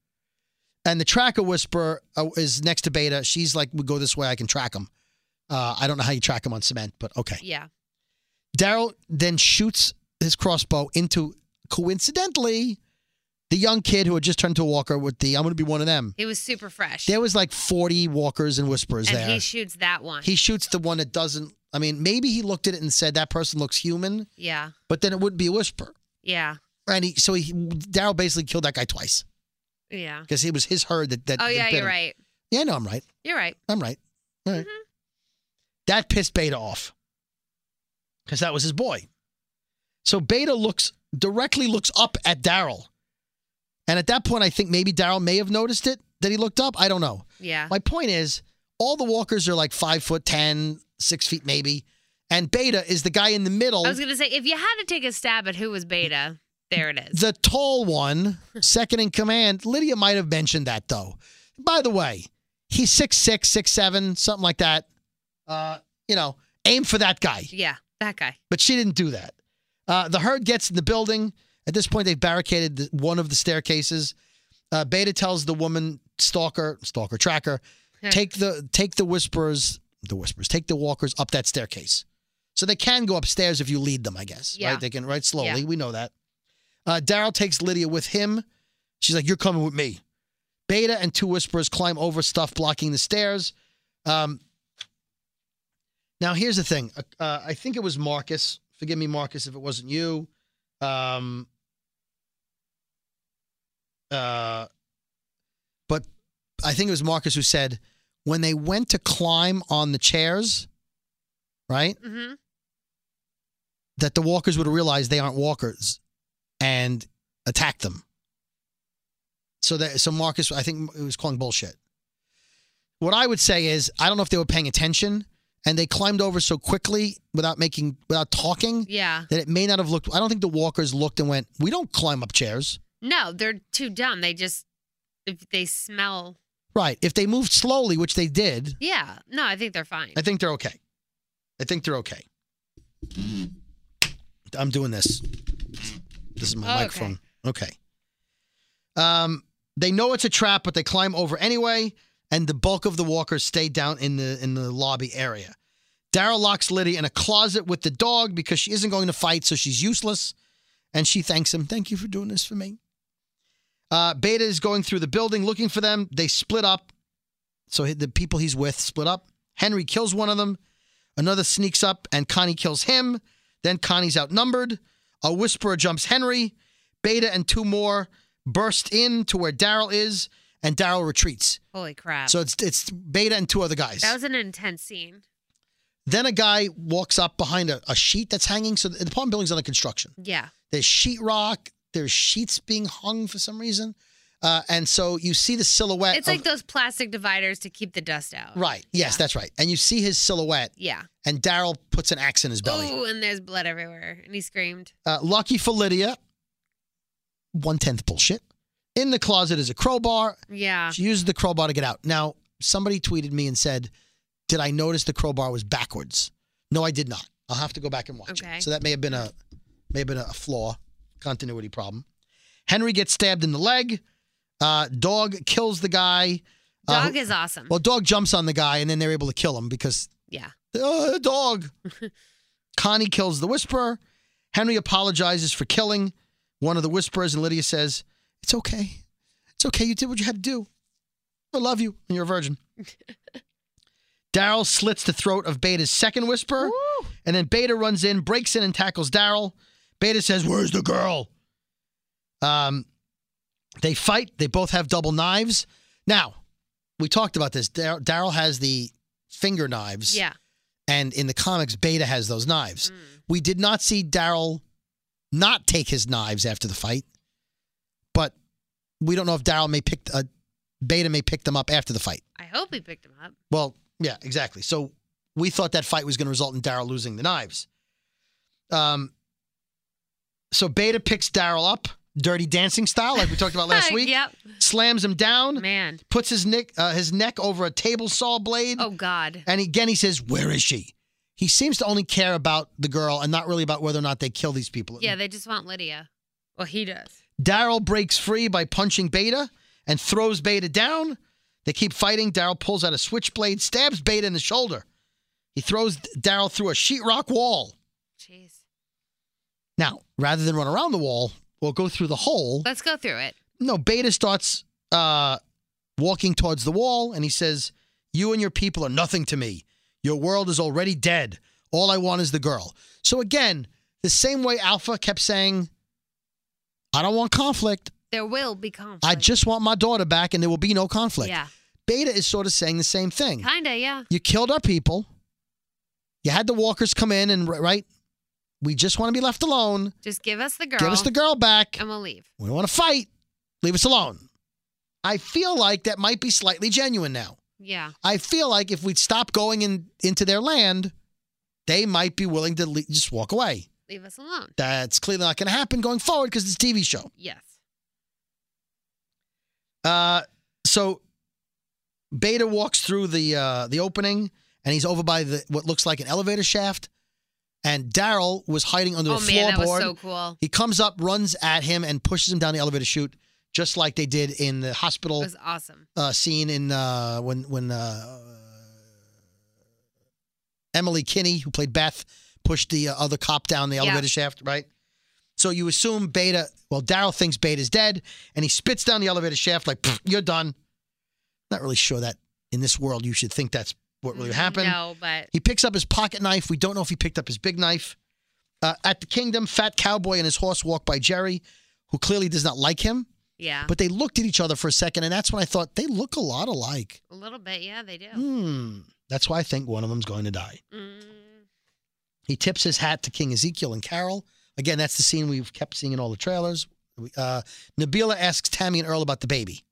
Speaker 6: and the tracker whisperer uh, is next to Beta. She's like, "We go this way. I can track him." Uh, I don't know how you track him on cement, but okay.
Speaker 7: Yeah.
Speaker 6: Daryl then shoots his crossbow into coincidentally the young kid who had just turned to a walker with the "I'm going to be one of them."
Speaker 7: It was super fresh.
Speaker 6: There was like 40 walkers and whisperers
Speaker 7: and
Speaker 6: there.
Speaker 7: he shoots that one.
Speaker 6: He shoots the one that doesn't. I mean, maybe he looked at it and said that person looks human,
Speaker 7: yeah.
Speaker 6: but then it wouldn't be a whisper.
Speaker 7: Yeah.
Speaker 6: And he, so he, Daryl basically killed that guy twice
Speaker 7: Yeah.
Speaker 6: because it was his herd that. that
Speaker 7: Oh
Speaker 6: that
Speaker 7: yeah,
Speaker 6: bit
Speaker 7: you're
Speaker 6: him.
Speaker 7: right.
Speaker 6: Yeah, no, I'm right.
Speaker 7: You're right.
Speaker 6: I'm right. All
Speaker 7: Mm-hmm.
Speaker 6: right. That pissed Beta off because that was his boy. So Beta looks directly looks up at Daryl, and at that point, I think maybe Daryl may have noticed it that he looked up. I don't know.
Speaker 7: Yeah.
Speaker 6: My point is, all the walkers are like five foot ten, six feet maybe, and Beta is the guy in the middle,
Speaker 7: I was gonna say if you had to take a stab at who was beta, there it is.
Speaker 6: the tall one, second in command. Lydia might have mentioned that though. By the way, he's six six, six seven, something like that. Uh, you know, aim for that guy.
Speaker 7: yeah, that guy.
Speaker 6: But she didn't do that. Uh, the herd gets in the building. At this point, they've barricaded the, one of the staircases. Uh, Beta tells the woman stalker, stalker tracker,
Speaker 7: Yeah.
Speaker 6: take the take the whisperers, the whisperers, take the walkers up that staircase. So they can go upstairs if you lead them, I guess.
Speaker 7: Yeah.
Speaker 6: Right? They can right slowly.
Speaker 7: Yeah.
Speaker 6: We know that. Uh, Daryl takes Lydia with him. She's like, "You're coming with me." Beta and two whisperers climb over stuff blocking the stairs. Um, now, here's the thing. Uh, uh, I think it was Marcus. Forgive me, Marcus, if it wasn't you. Um, uh, but I think it was Marcus who said when they went to climb on the chairs, right,
Speaker 7: Mm-hmm.
Speaker 6: that the walkers would realize they aren't walkers and attack them. So that so Marcus, I think it was calling bullshit. What I would say is I don't know if they were paying attention and they climbed over so quickly without making without talking
Speaker 7: Yeah.
Speaker 6: that it may not have looked. I don't think the walkers looked and went, "We don't climb up chairs."
Speaker 7: No, they're too dumb. They just if they smell.
Speaker 6: Right. If they moved slowly, which they did,
Speaker 7: Yeah. No, I think they're fine.
Speaker 6: I think they're okay. I think they're okay. I'm doing this. This is my
Speaker 7: Oh, okay.
Speaker 6: microphone. Okay. Um, they know it's a trap, but they climb over anyway, and the bulk of the walkers stay down in the in the lobby area. Daryl locks Lydia in a closet with the dog because she isn't going to fight, so she's useless. And she thanks him. Thank you for doing this for me. Uh, Beta is going through the building looking for them. They split up. So he- the people he's with split up. Henry kills one of them. Another sneaks up and Connie kills him. Then Connie's outnumbered. A whisperer jumps Henry. Beta and two more burst in to where Daryl is, and Daryl retreats.
Speaker 7: Holy crap.
Speaker 6: So it's it's Beta and two other guys.
Speaker 7: that was an intense scene.
Speaker 6: then a guy walks up behind a, a sheet that's hanging. So the the apartment building's under construction.
Speaker 7: Yeah.
Speaker 6: There's sheetrock. There's sheets being hung for some reason, uh, and so you see the silhouette.
Speaker 7: It's
Speaker 6: of-
Speaker 7: like those plastic dividers to keep the dust out.
Speaker 6: Uh, right. Yes, that's right. And you see his silhouette,
Speaker 7: Yeah.
Speaker 6: and Daryl puts an axe in his belly.
Speaker 7: Ooh, and there's blood everywhere. And he screamed.
Speaker 6: Uh, lucky for Lydia, one tenth bullshit. In the closet is a crowbar.
Speaker 7: Yeah.
Speaker 6: She uses the crowbar to get out. Now, somebody tweeted me and said, Did I notice the crowbar was backwards? No, I did not. I'll have to go back and watch
Speaker 7: Okay.
Speaker 6: it. So that may have been a may have been a flaw, continuity problem. Henry gets stabbed in the leg. Uh, dog kills the guy. Uh,
Speaker 7: Dog
Speaker 6: who-
Speaker 7: is awesome.
Speaker 6: well, dog jumps on the guy and then they're able to kill him because
Speaker 7: yeah.
Speaker 6: uh, dog. Connie kills the whisperer. Henry apologizes for killing one of the whisperers, and Lydia says, It's okay. It's okay. You did what you had to do. I love you, and you're a virgin. Daryl slits the throat of Beta's second whisperer, and then Beta runs in, breaks in, and tackles Daryl. Beta says, Where's the girl? Um, they fight. They both have double knives. Now, we talked about this. Dar- Daryl has the finger knives.
Speaker 7: Yeah.
Speaker 6: And in the comics, Beta has those knives. We did not see Daryl not take his knives after the fight, but we don't know if Daryl may pick uh, Beta may pick them up after the fight.
Speaker 7: I hope he picked him up.
Speaker 6: Well, yeah, exactly. So we thought that fight was going to result in Daryl losing the knives. Um, so Beta picks Daryl up, dirty dancing style, like we talked about last week.
Speaker 7: yep.
Speaker 6: Slams him down,
Speaker 7: Man.
Speaker 6: puts his neck uh, his neck over a table saw blade.
Speaker 7: Oh, God.
Speaker 6: And again, he says, Where is she? He seems to only care about the girl and not really about whether or not they kill these people.
Speaker 7: Yeah, they just want Lydia. Well, he does.
Speaker 6: Daryl breaks free by punching Beta and throws Beta down. They keep fighting. Daryl pulls out a switchblade, stabs Beta in the shoulder. He throws Daryl through a sheetrock wall.
Speaker 7: Jeez.
Speaker 6: Now, rather than run around the wall or go through the hole,
Speaker 7: Let's go through it.
Speaker 6: no, Beta starts uh, walking towards the wall and he says, You and your people are nothing to me. Your world is already dead. All I want is the girl. So again, the same way Alpha kept saying, I don't want conflict.
Speaker 7: There will be conflict.
Speaker 6: I just want my daughter back and there will be no conflict.
Speaker 7: Yeah.
Speaker 6: Beta is sort of saying the same thing.
Speaker 7: Kinda, yeah.
Speaker 6: You killed our people. You had the walkers come in and, right? We just want to be left alone.
Speaker 7: Just give us the girl.
Speaker 6: Give us the girl back.
Speaker 7: And we'll leave.
Speaker 6: We don't want to fight. Leave us alone. I feel like that might be slightly genuine now.
Speaker 7: Yeah.
Speaker 6: I feel like if we'd stop going in, into their land, they might be willing to le- just walk away.
Speaker 7: Leave us alone.
Speaker 6: That's clearly not going to happen going forward because it's a TV show.
Speaker 7: Yes.
Speaker 6: Uh, so Beta walks through the uh, the opening and he's over by the what looks like an elevator shaft. And Daryl was hiding under
Speaker 7: Oh
Speaker 6: a
Speaker 7: man, that
Speaker 6: floorboard.
Speaker 7: was so cool.
Speaker 6: He comes up, runs at him, and pushes him down the elevator chute, just like they did in the
Speaker 7: It
Speaker 6: hospital
Speaker 7: was awesome.
Speaker 6: uh, scene in uh, when when uh, Emily Kinney, who played Beth, pushed the uh, other cop down the
Speaker 7: Yeah.
Speaker 6: elevator shaft, right? So you assume Beta. Well, Daryl thinks Beta's dead, and he spits down the elevator shaft like "Pfft, you're done. Not really sure that in this world you should think that's what really happened.
Speaker 7: Mm, No, but
Speaker 6: He picks up his pocket knife. We don't know if he picked up his big knife. Uh, at the kingdom, Fat Cowboy and his horse walk by Jerry, who clearly does not like him.
Speaker 7: yeah.
Speaker 6: But they looked at each other for a second, and that's when I thought they look a lot alike.
Speaker 7: a little bit, yeah, they do.
Speaker 6: Hmm. That's why I think one of them's going to die.
Speaker 7: Mm,
Speaker 6: He tips his hat to King Ezekiel and Carol. Again, that's the scene we've kept seeing in all the trailers. We- Uh, Nabila asks Tammy and Earl about the baby.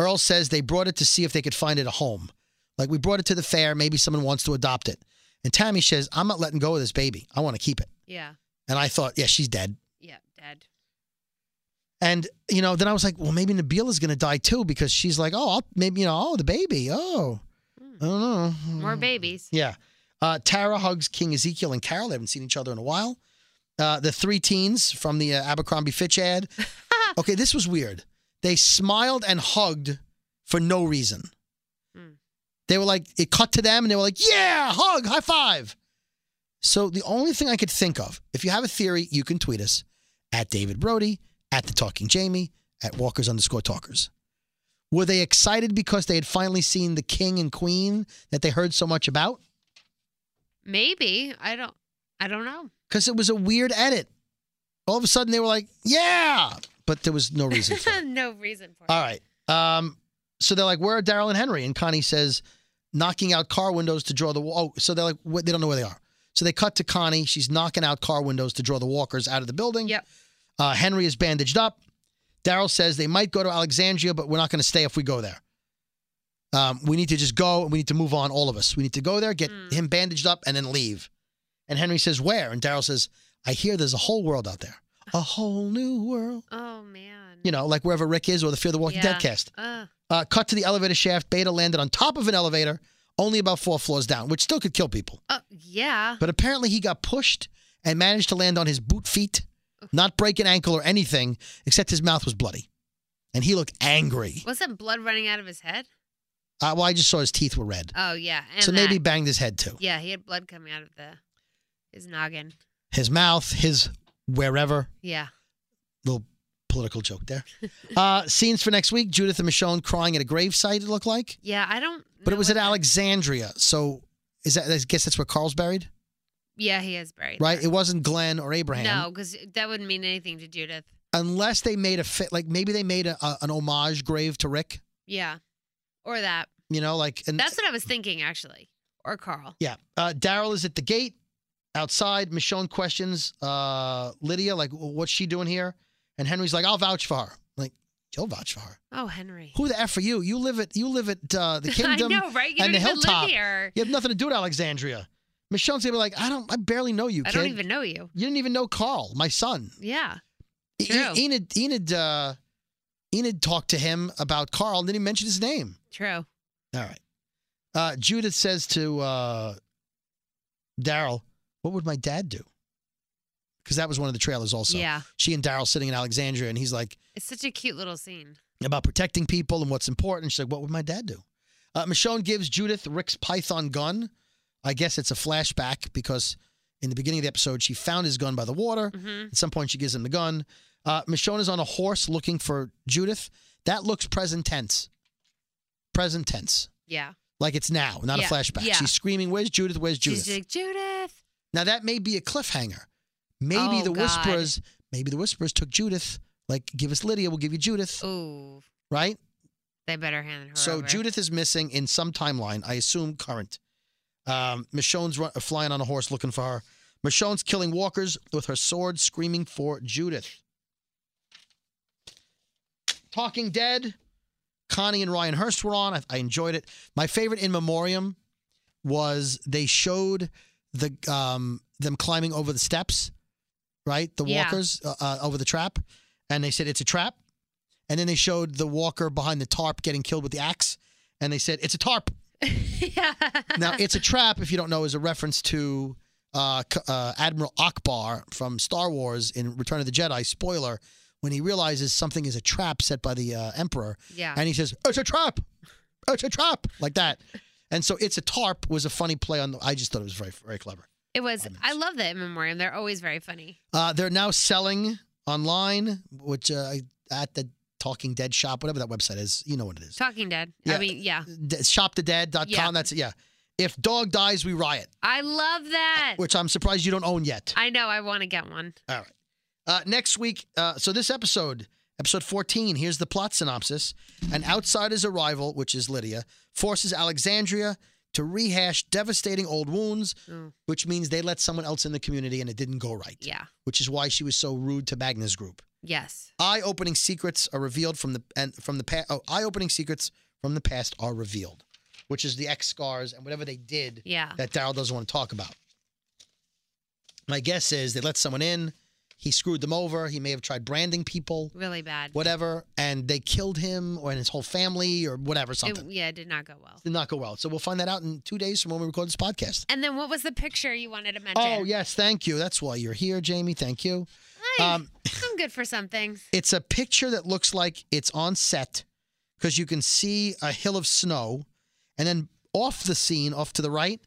Speaker 6: Earl says they brought it to see if they could find it a home. Like, we brought it to the fair. Maybe someone wants to adopt it. And Tammy says, I'm not letting go of this baby. I want to keep it.
Speaker 7: yeah.
Speaker 6: And I thought, yeah, she's dead.
Speaker 7: Yeah, dead.
Speaker 6: And you know, then I was like, well, maybe Nabila's gonna die too because she's like, oh, I'll, maybe you know, oh, the baby, oh, I don't know,
Speaker 7: More babies.
Speaker 6: Mm. yeah. Uh, Tara hugs King Ezekiel and Carol. They haven't seen each other in a while. Uh, the three teens from the uh, Abercrombie Fitch ad. okay, this was weird. They smiled and hugged for no reason. They were like, it cut to them and they were like, yeah, hug, high five. So the only thing I could think of, if you have a theory, you can tweet us at David Brody, at the Talking Jamie, at Walkers underscore Talkers. Were they excited because they had finally seen the king and queen that they heard so much about?
Speaker 7: Maybe. I don't I don't know.
Speaker 6: Because it was a weird edit. all of a sudden they were like, yeah, but there was no reason. For it.
Speaker 7: no reason for it.
Speaker 6: all right. Um, so they're like, where are Daryl and Henry? And Connie says, knocking out car windows to draw the wall. Oh, so they're like, what? they don't know where they are. So they cut to Connie. She's knocking out car windows to draw the walkers out of the building.
Speaker 7: Yep.
Speaker 6: Uh, Henry is bandaged up. Daryl says they might go to Alexandria, but we're not going to stay if we go there. Um, we need to just go and we need to move on, all of us. We need to go there, get him bandaged up, and then leave. And Henry says, Where? And Daryl says, I hear there's a whole world out there. A whole new world.
Speaker 7: Oh man.
Speaker 6: You know, like wherever Rick is or the Fear the Walking
Speaker 7: Yeah.
Speaker 6: Dead cast.
Speaker 7: Ugh.
Speaker 6: Uh, cut to the elevator shaft. Beta landed on top of an elevator, only about four floors down, which still could kill people.
Speaker 7: Oh yeah.
Speaker 6: But apparently he got pushed and managed to land on his boot feet, not break an ankle or anything, except his mouth was bloody. And he looked angry.
Speaker 7: Wasn't blood running out of his head?
Speaker 6: Uh, well, I just saw his teeth were red.
Speaker 7: Oh yeah. And
Speaker 6: so maybe
Speaker 7: that-
Speaker 6: banged his head too.
Speaker 7: Yeah, he had blood coming out of the his noggin.
Speaker 6: His mouth, his wherever.
Speaker 7: Yeah.
Speaker 6: Little political joke there. uh, scenes for next week Judith and Michonne crying at a gravesite, it looked like.
Speaker 7: Yeah, I don't.
Speaker 6: But
Speaker 7: know
Speaker 6: it was
Speaker 7: what
Speaker 6: at
Speaker 7: that-
Speaker 6: Alexandria. So is that, I guess that's where Carl's buried,
Speaker 7: Yeah, he is buried.
Speaker 6: right?
Speaker 7: there.
Speaker 6: It wasn't Glenn or Abraham.
Speaker 7: No, because that wouldn't mean anything to Judith.
Speaker 6: Unless they made a fit, like maybe they made a, a, an homage grave to Rick.
Speaker 7: Yeah, or that.
Speaker 6: You know, like and
Speaker 7: That's what I was thinking actually. Or Carl.
Speaker 6: yeah. Uh, Daryl is at the gate outside. Michonne questions uh, Lydia, like, "Well, what's she doing here? And Henry's like, I'll vouch for her. I'm like, you'll vouch for her.
Speaker 7: Oh, Henry.
Speaker 6: Who the f are you? You live at you live at uh, the kingdom
Speaker 7: I know, right? You
Speaker 6: and
Speaker 7: don't
Speaker 6: the
Speaker 7: even
Speaker 6: hilltop.
Speaker 7: live here.
Speaker 6: You have nothing to do with Alexandria. Michonne's gonna be like, I don't, I barely know you.
Speaker 7: I
Speaker 6: kid.
Speaker 7: don't even know you.
Speaker 6: You didn't even know Carl, my son.
Speaker 7: Yeah.
Speaker 6: E-
Speaker 7: True.
Speaker 6: Enid, Enid, uh, Enid talked to him about Carl, and then he mentioned his name.
Speaker 7: True.
Speaker 6: All right. Uh, Judith says to uh, Daryl, "What would my dad do?" Because that was one of the trailers. Also,
Speaker 7: Yeah.
Speaker 6: She and Daryl sitting in Alexandria, and he's like
Speaker 7: It's such a cute little scene.
Speaker 6: about protecting people and what's important. She's like, "What would my dad do?" Uh, Michonne gives Judith Rick's python gun. I guess it's a flashback because in the beginning of the episode, she found his gun by the water.
Speaker 7: hmm
Speaker 6: At some point, she gives him the gun. Uh, Michonne is on a horse looking for Judith. That looks present tense. Present tense.
Speaker 7: Yeah.
Speaker 6: Like it's now, not
Speaker 7: Yeah,
Speaker 6: a flashback.
Speaker 7: yeah.
Speaker 6: She's screaming, Where's Judith? Where's Judith?
Speaker 7: She's like, Judith.
Speaker 6: now, that may be a cliffhanger. Maybe
Speaker 7: Oh,
Speaker 6: the
Speaker 7: God.
Speaker 6: whispers, maybe the whispers took Judith. Like, give us Lydia, we'll give you Judith,
Speaker 7: Ooh,
Speaker 6: right?
Speaker 7: they better hand her
Speaker 6: So
Speaker 7: over.
Speaker 6: Judith is missing in some timeline, I assume current. Um, Michonne's run, flying on a horse looking for her. Michonne's killing walkers with her sword, screaming for Judith. Talking Dead. Connie and Ryan Hurst were on. I, I enjoyed it. My favorite in memoriam was they showed the um, them climbing over the steps, right? The
Speaker 7: Yeah.
Speaker 6: walkers uh, uh, over the trap, and they said it's a trap. And then they showed the walker behind the tarp getting killed with the axe, and they said it's a tarp.
Speaker 7: yeah.
Speaker 6: Now it's a trap. If you don't know, is a reference to uh, C- uh, Admiral Akbar from Star Wars in Return of the Jedi. Spoiler: when he realizes something is a trap set by the uh, Emperor,
Speaker 7: yeah.
Speaker 6: and he says, "It's a trap! It's a trap!" like that. And so, "It's a tarp" was a funny play on. The, I just thought it was very, very clever.
Speaker 7: it
Speaker 6: Oh,
Speaker 7: was. I love that in memoriam. They're always very funny.
Speaker 6: Uh, they're now selling online, which uh, at the Talking Dead shop, whatever that website is, you know what it is.
Speaker 7: Talking Dead.
Speaker 6: Yeah.
Speaker 7: I mean, yeah.
Speaker 6: D- shopthedead.com.
Speaker 7: Yeah.
Speaker 6: That's yeah. If dog dies, we riot,
Speaker 7: I love that.
Speaker 6: which I'm surprised you don't own yet.
Speaker 7: I know. I want to get one.
Speaker 6: All right. Uh, next week, uh, so this episode, episode 14, here's the plot synopsis. An outsider's arrival, which is Lydia, forces Alexandria to rehash devastating old wounds,
Speaker 7: Mm.
Speaker 6: which means they let someone else in the community and it didn't go right,
Speaker 7: Yeah.
Speaker 6: which is why she was so rude to Magna's group.
Speaker 7: Yes.
Speaker 6: Eye-opening secrets are revealed from the and from the past. Oh, eye-opening secrets from the past are revealed, which is the X scars and whatever they did
Speaker 7: Yeah.
Speaker 6: that Daryl doesn't want to talk about. My guess is they let someone in, he screwed them over, he may have tried branding people,
Speaker 7: Really bad.
Speaker 6: whatever, and they killed him or and his whole family or whatever
Speaker 7: It-
Speaker 6: something.
Speaker 7: yeah, it did not go well.
Speaker 6: Did not go well. So we'll find that out in two days from when we record this podcast.
Speaker 7: And then what was the picture you wanted to mention?
Speaker 6: Oh yes, thank you. That's why you're here, Jamie. Thank you.
Speaker 7: Hey,
Speaker 6: Um,
Speaker 7: I'm good for some things.
Speaker 6: It's a picture that looks like it's on set because you can see a hill of snow, and then off the scene, off to the right,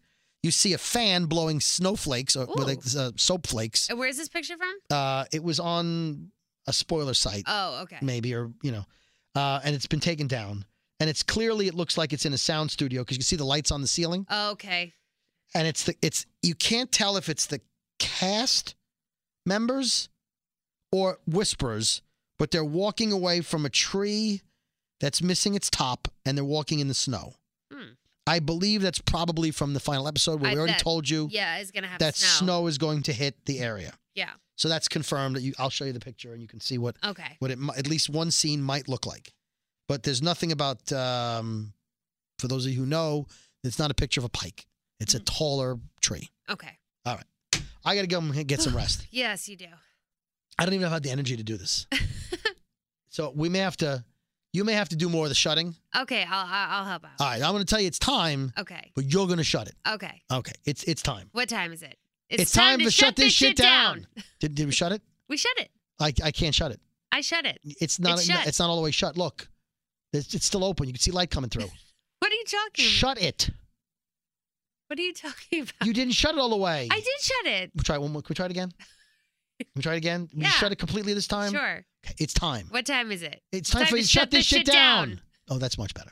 Speaker 6: you see a fan blowing snowflakes or with
Speaker 7: Ooh.
Speaker 6: uh, soap flakes.
Speaker 7: Uh, Where's this picture from?
Speaker 6: Uh, it was on a spoiler site,
Speaker 7: Oh, okay.
Speaker 6: maybe, or you know, uh, and it's been taken down. And it's clearly it looks like it's in a sound studio because you can see the lights on the ceiling,
Speaker 7: Okay.
Speaker 6: and it's the it's you can't tell if it's the cast members or whisperers, but they're walking away from a tree that's missing its top and they're walking in the snow.
Speaker 7: Hmm.
Speaker 6: I believe that's probably from the final episode where
Speaker 7: I-
Speaker 6: we already
Speaker 7: that-
Speaker 6: told you
Speaker 7: Yeah, it's gonna have
Speaker 6: that
Speaker 7: snow.
Speaker 6: snow is going to hit the area.
Speaker 7: Yeah.
Speaker 6: So that's confirmed. That you, I'll show you the picture and you can see what
Speaker 7: Okay.
Speaker 6: what it mi- at least one scene might look like. But there's nothing about um, for those of you who know, it's not a picture of a pike. It's a taller tree.
Speaker 7: Okay.
Speaker 6: I gotta go and get some rest.
Speaker 7: Yes, you do.
Speaker 6: I don't even have the energy to do this. so we may have to, you may have to do more of the shutting.
Speaker 7: Okay, I'll I'll I'll help out.
Speaker 6: All right, I'm gonna tell you it's time,
Speaker 7: Okay.
Speaker 6: but you're gonna shut it.
Speaker 7: Okay.
Speaker 6: Okay, it's it's time.
Speaker 7: What time is it?
Speaker 6: Did, did we shut it?
Speaker 7: We shut it.
Speaker 6: I, I can't shut it.
Speaker 7: I shut it.
Speaker 6: It's not
Speaker 7: It's shut.
Speaker 6: it's not all the way shut. Look, it's, it's still open. You can see light coming through.
Speaker 7: What are you talking?
Speaker 6: shut it.
Speaker 7: What are you talking about?
Speaker 6: You didn't shut it all the way.
Speaker 7: I did shut it.
Speaker 6: We'll try it one more. Can we try it again? Can we try it again? We
Speaker 7: Yeah.
Speaker 6: shut it completely this time.
Speaker 7: Sure.
Speaker 6: Okay, it's time.
Speaker 7: What time is it?
Speaker 6: It's time, for you to shut this shit down. Oh, that's much better.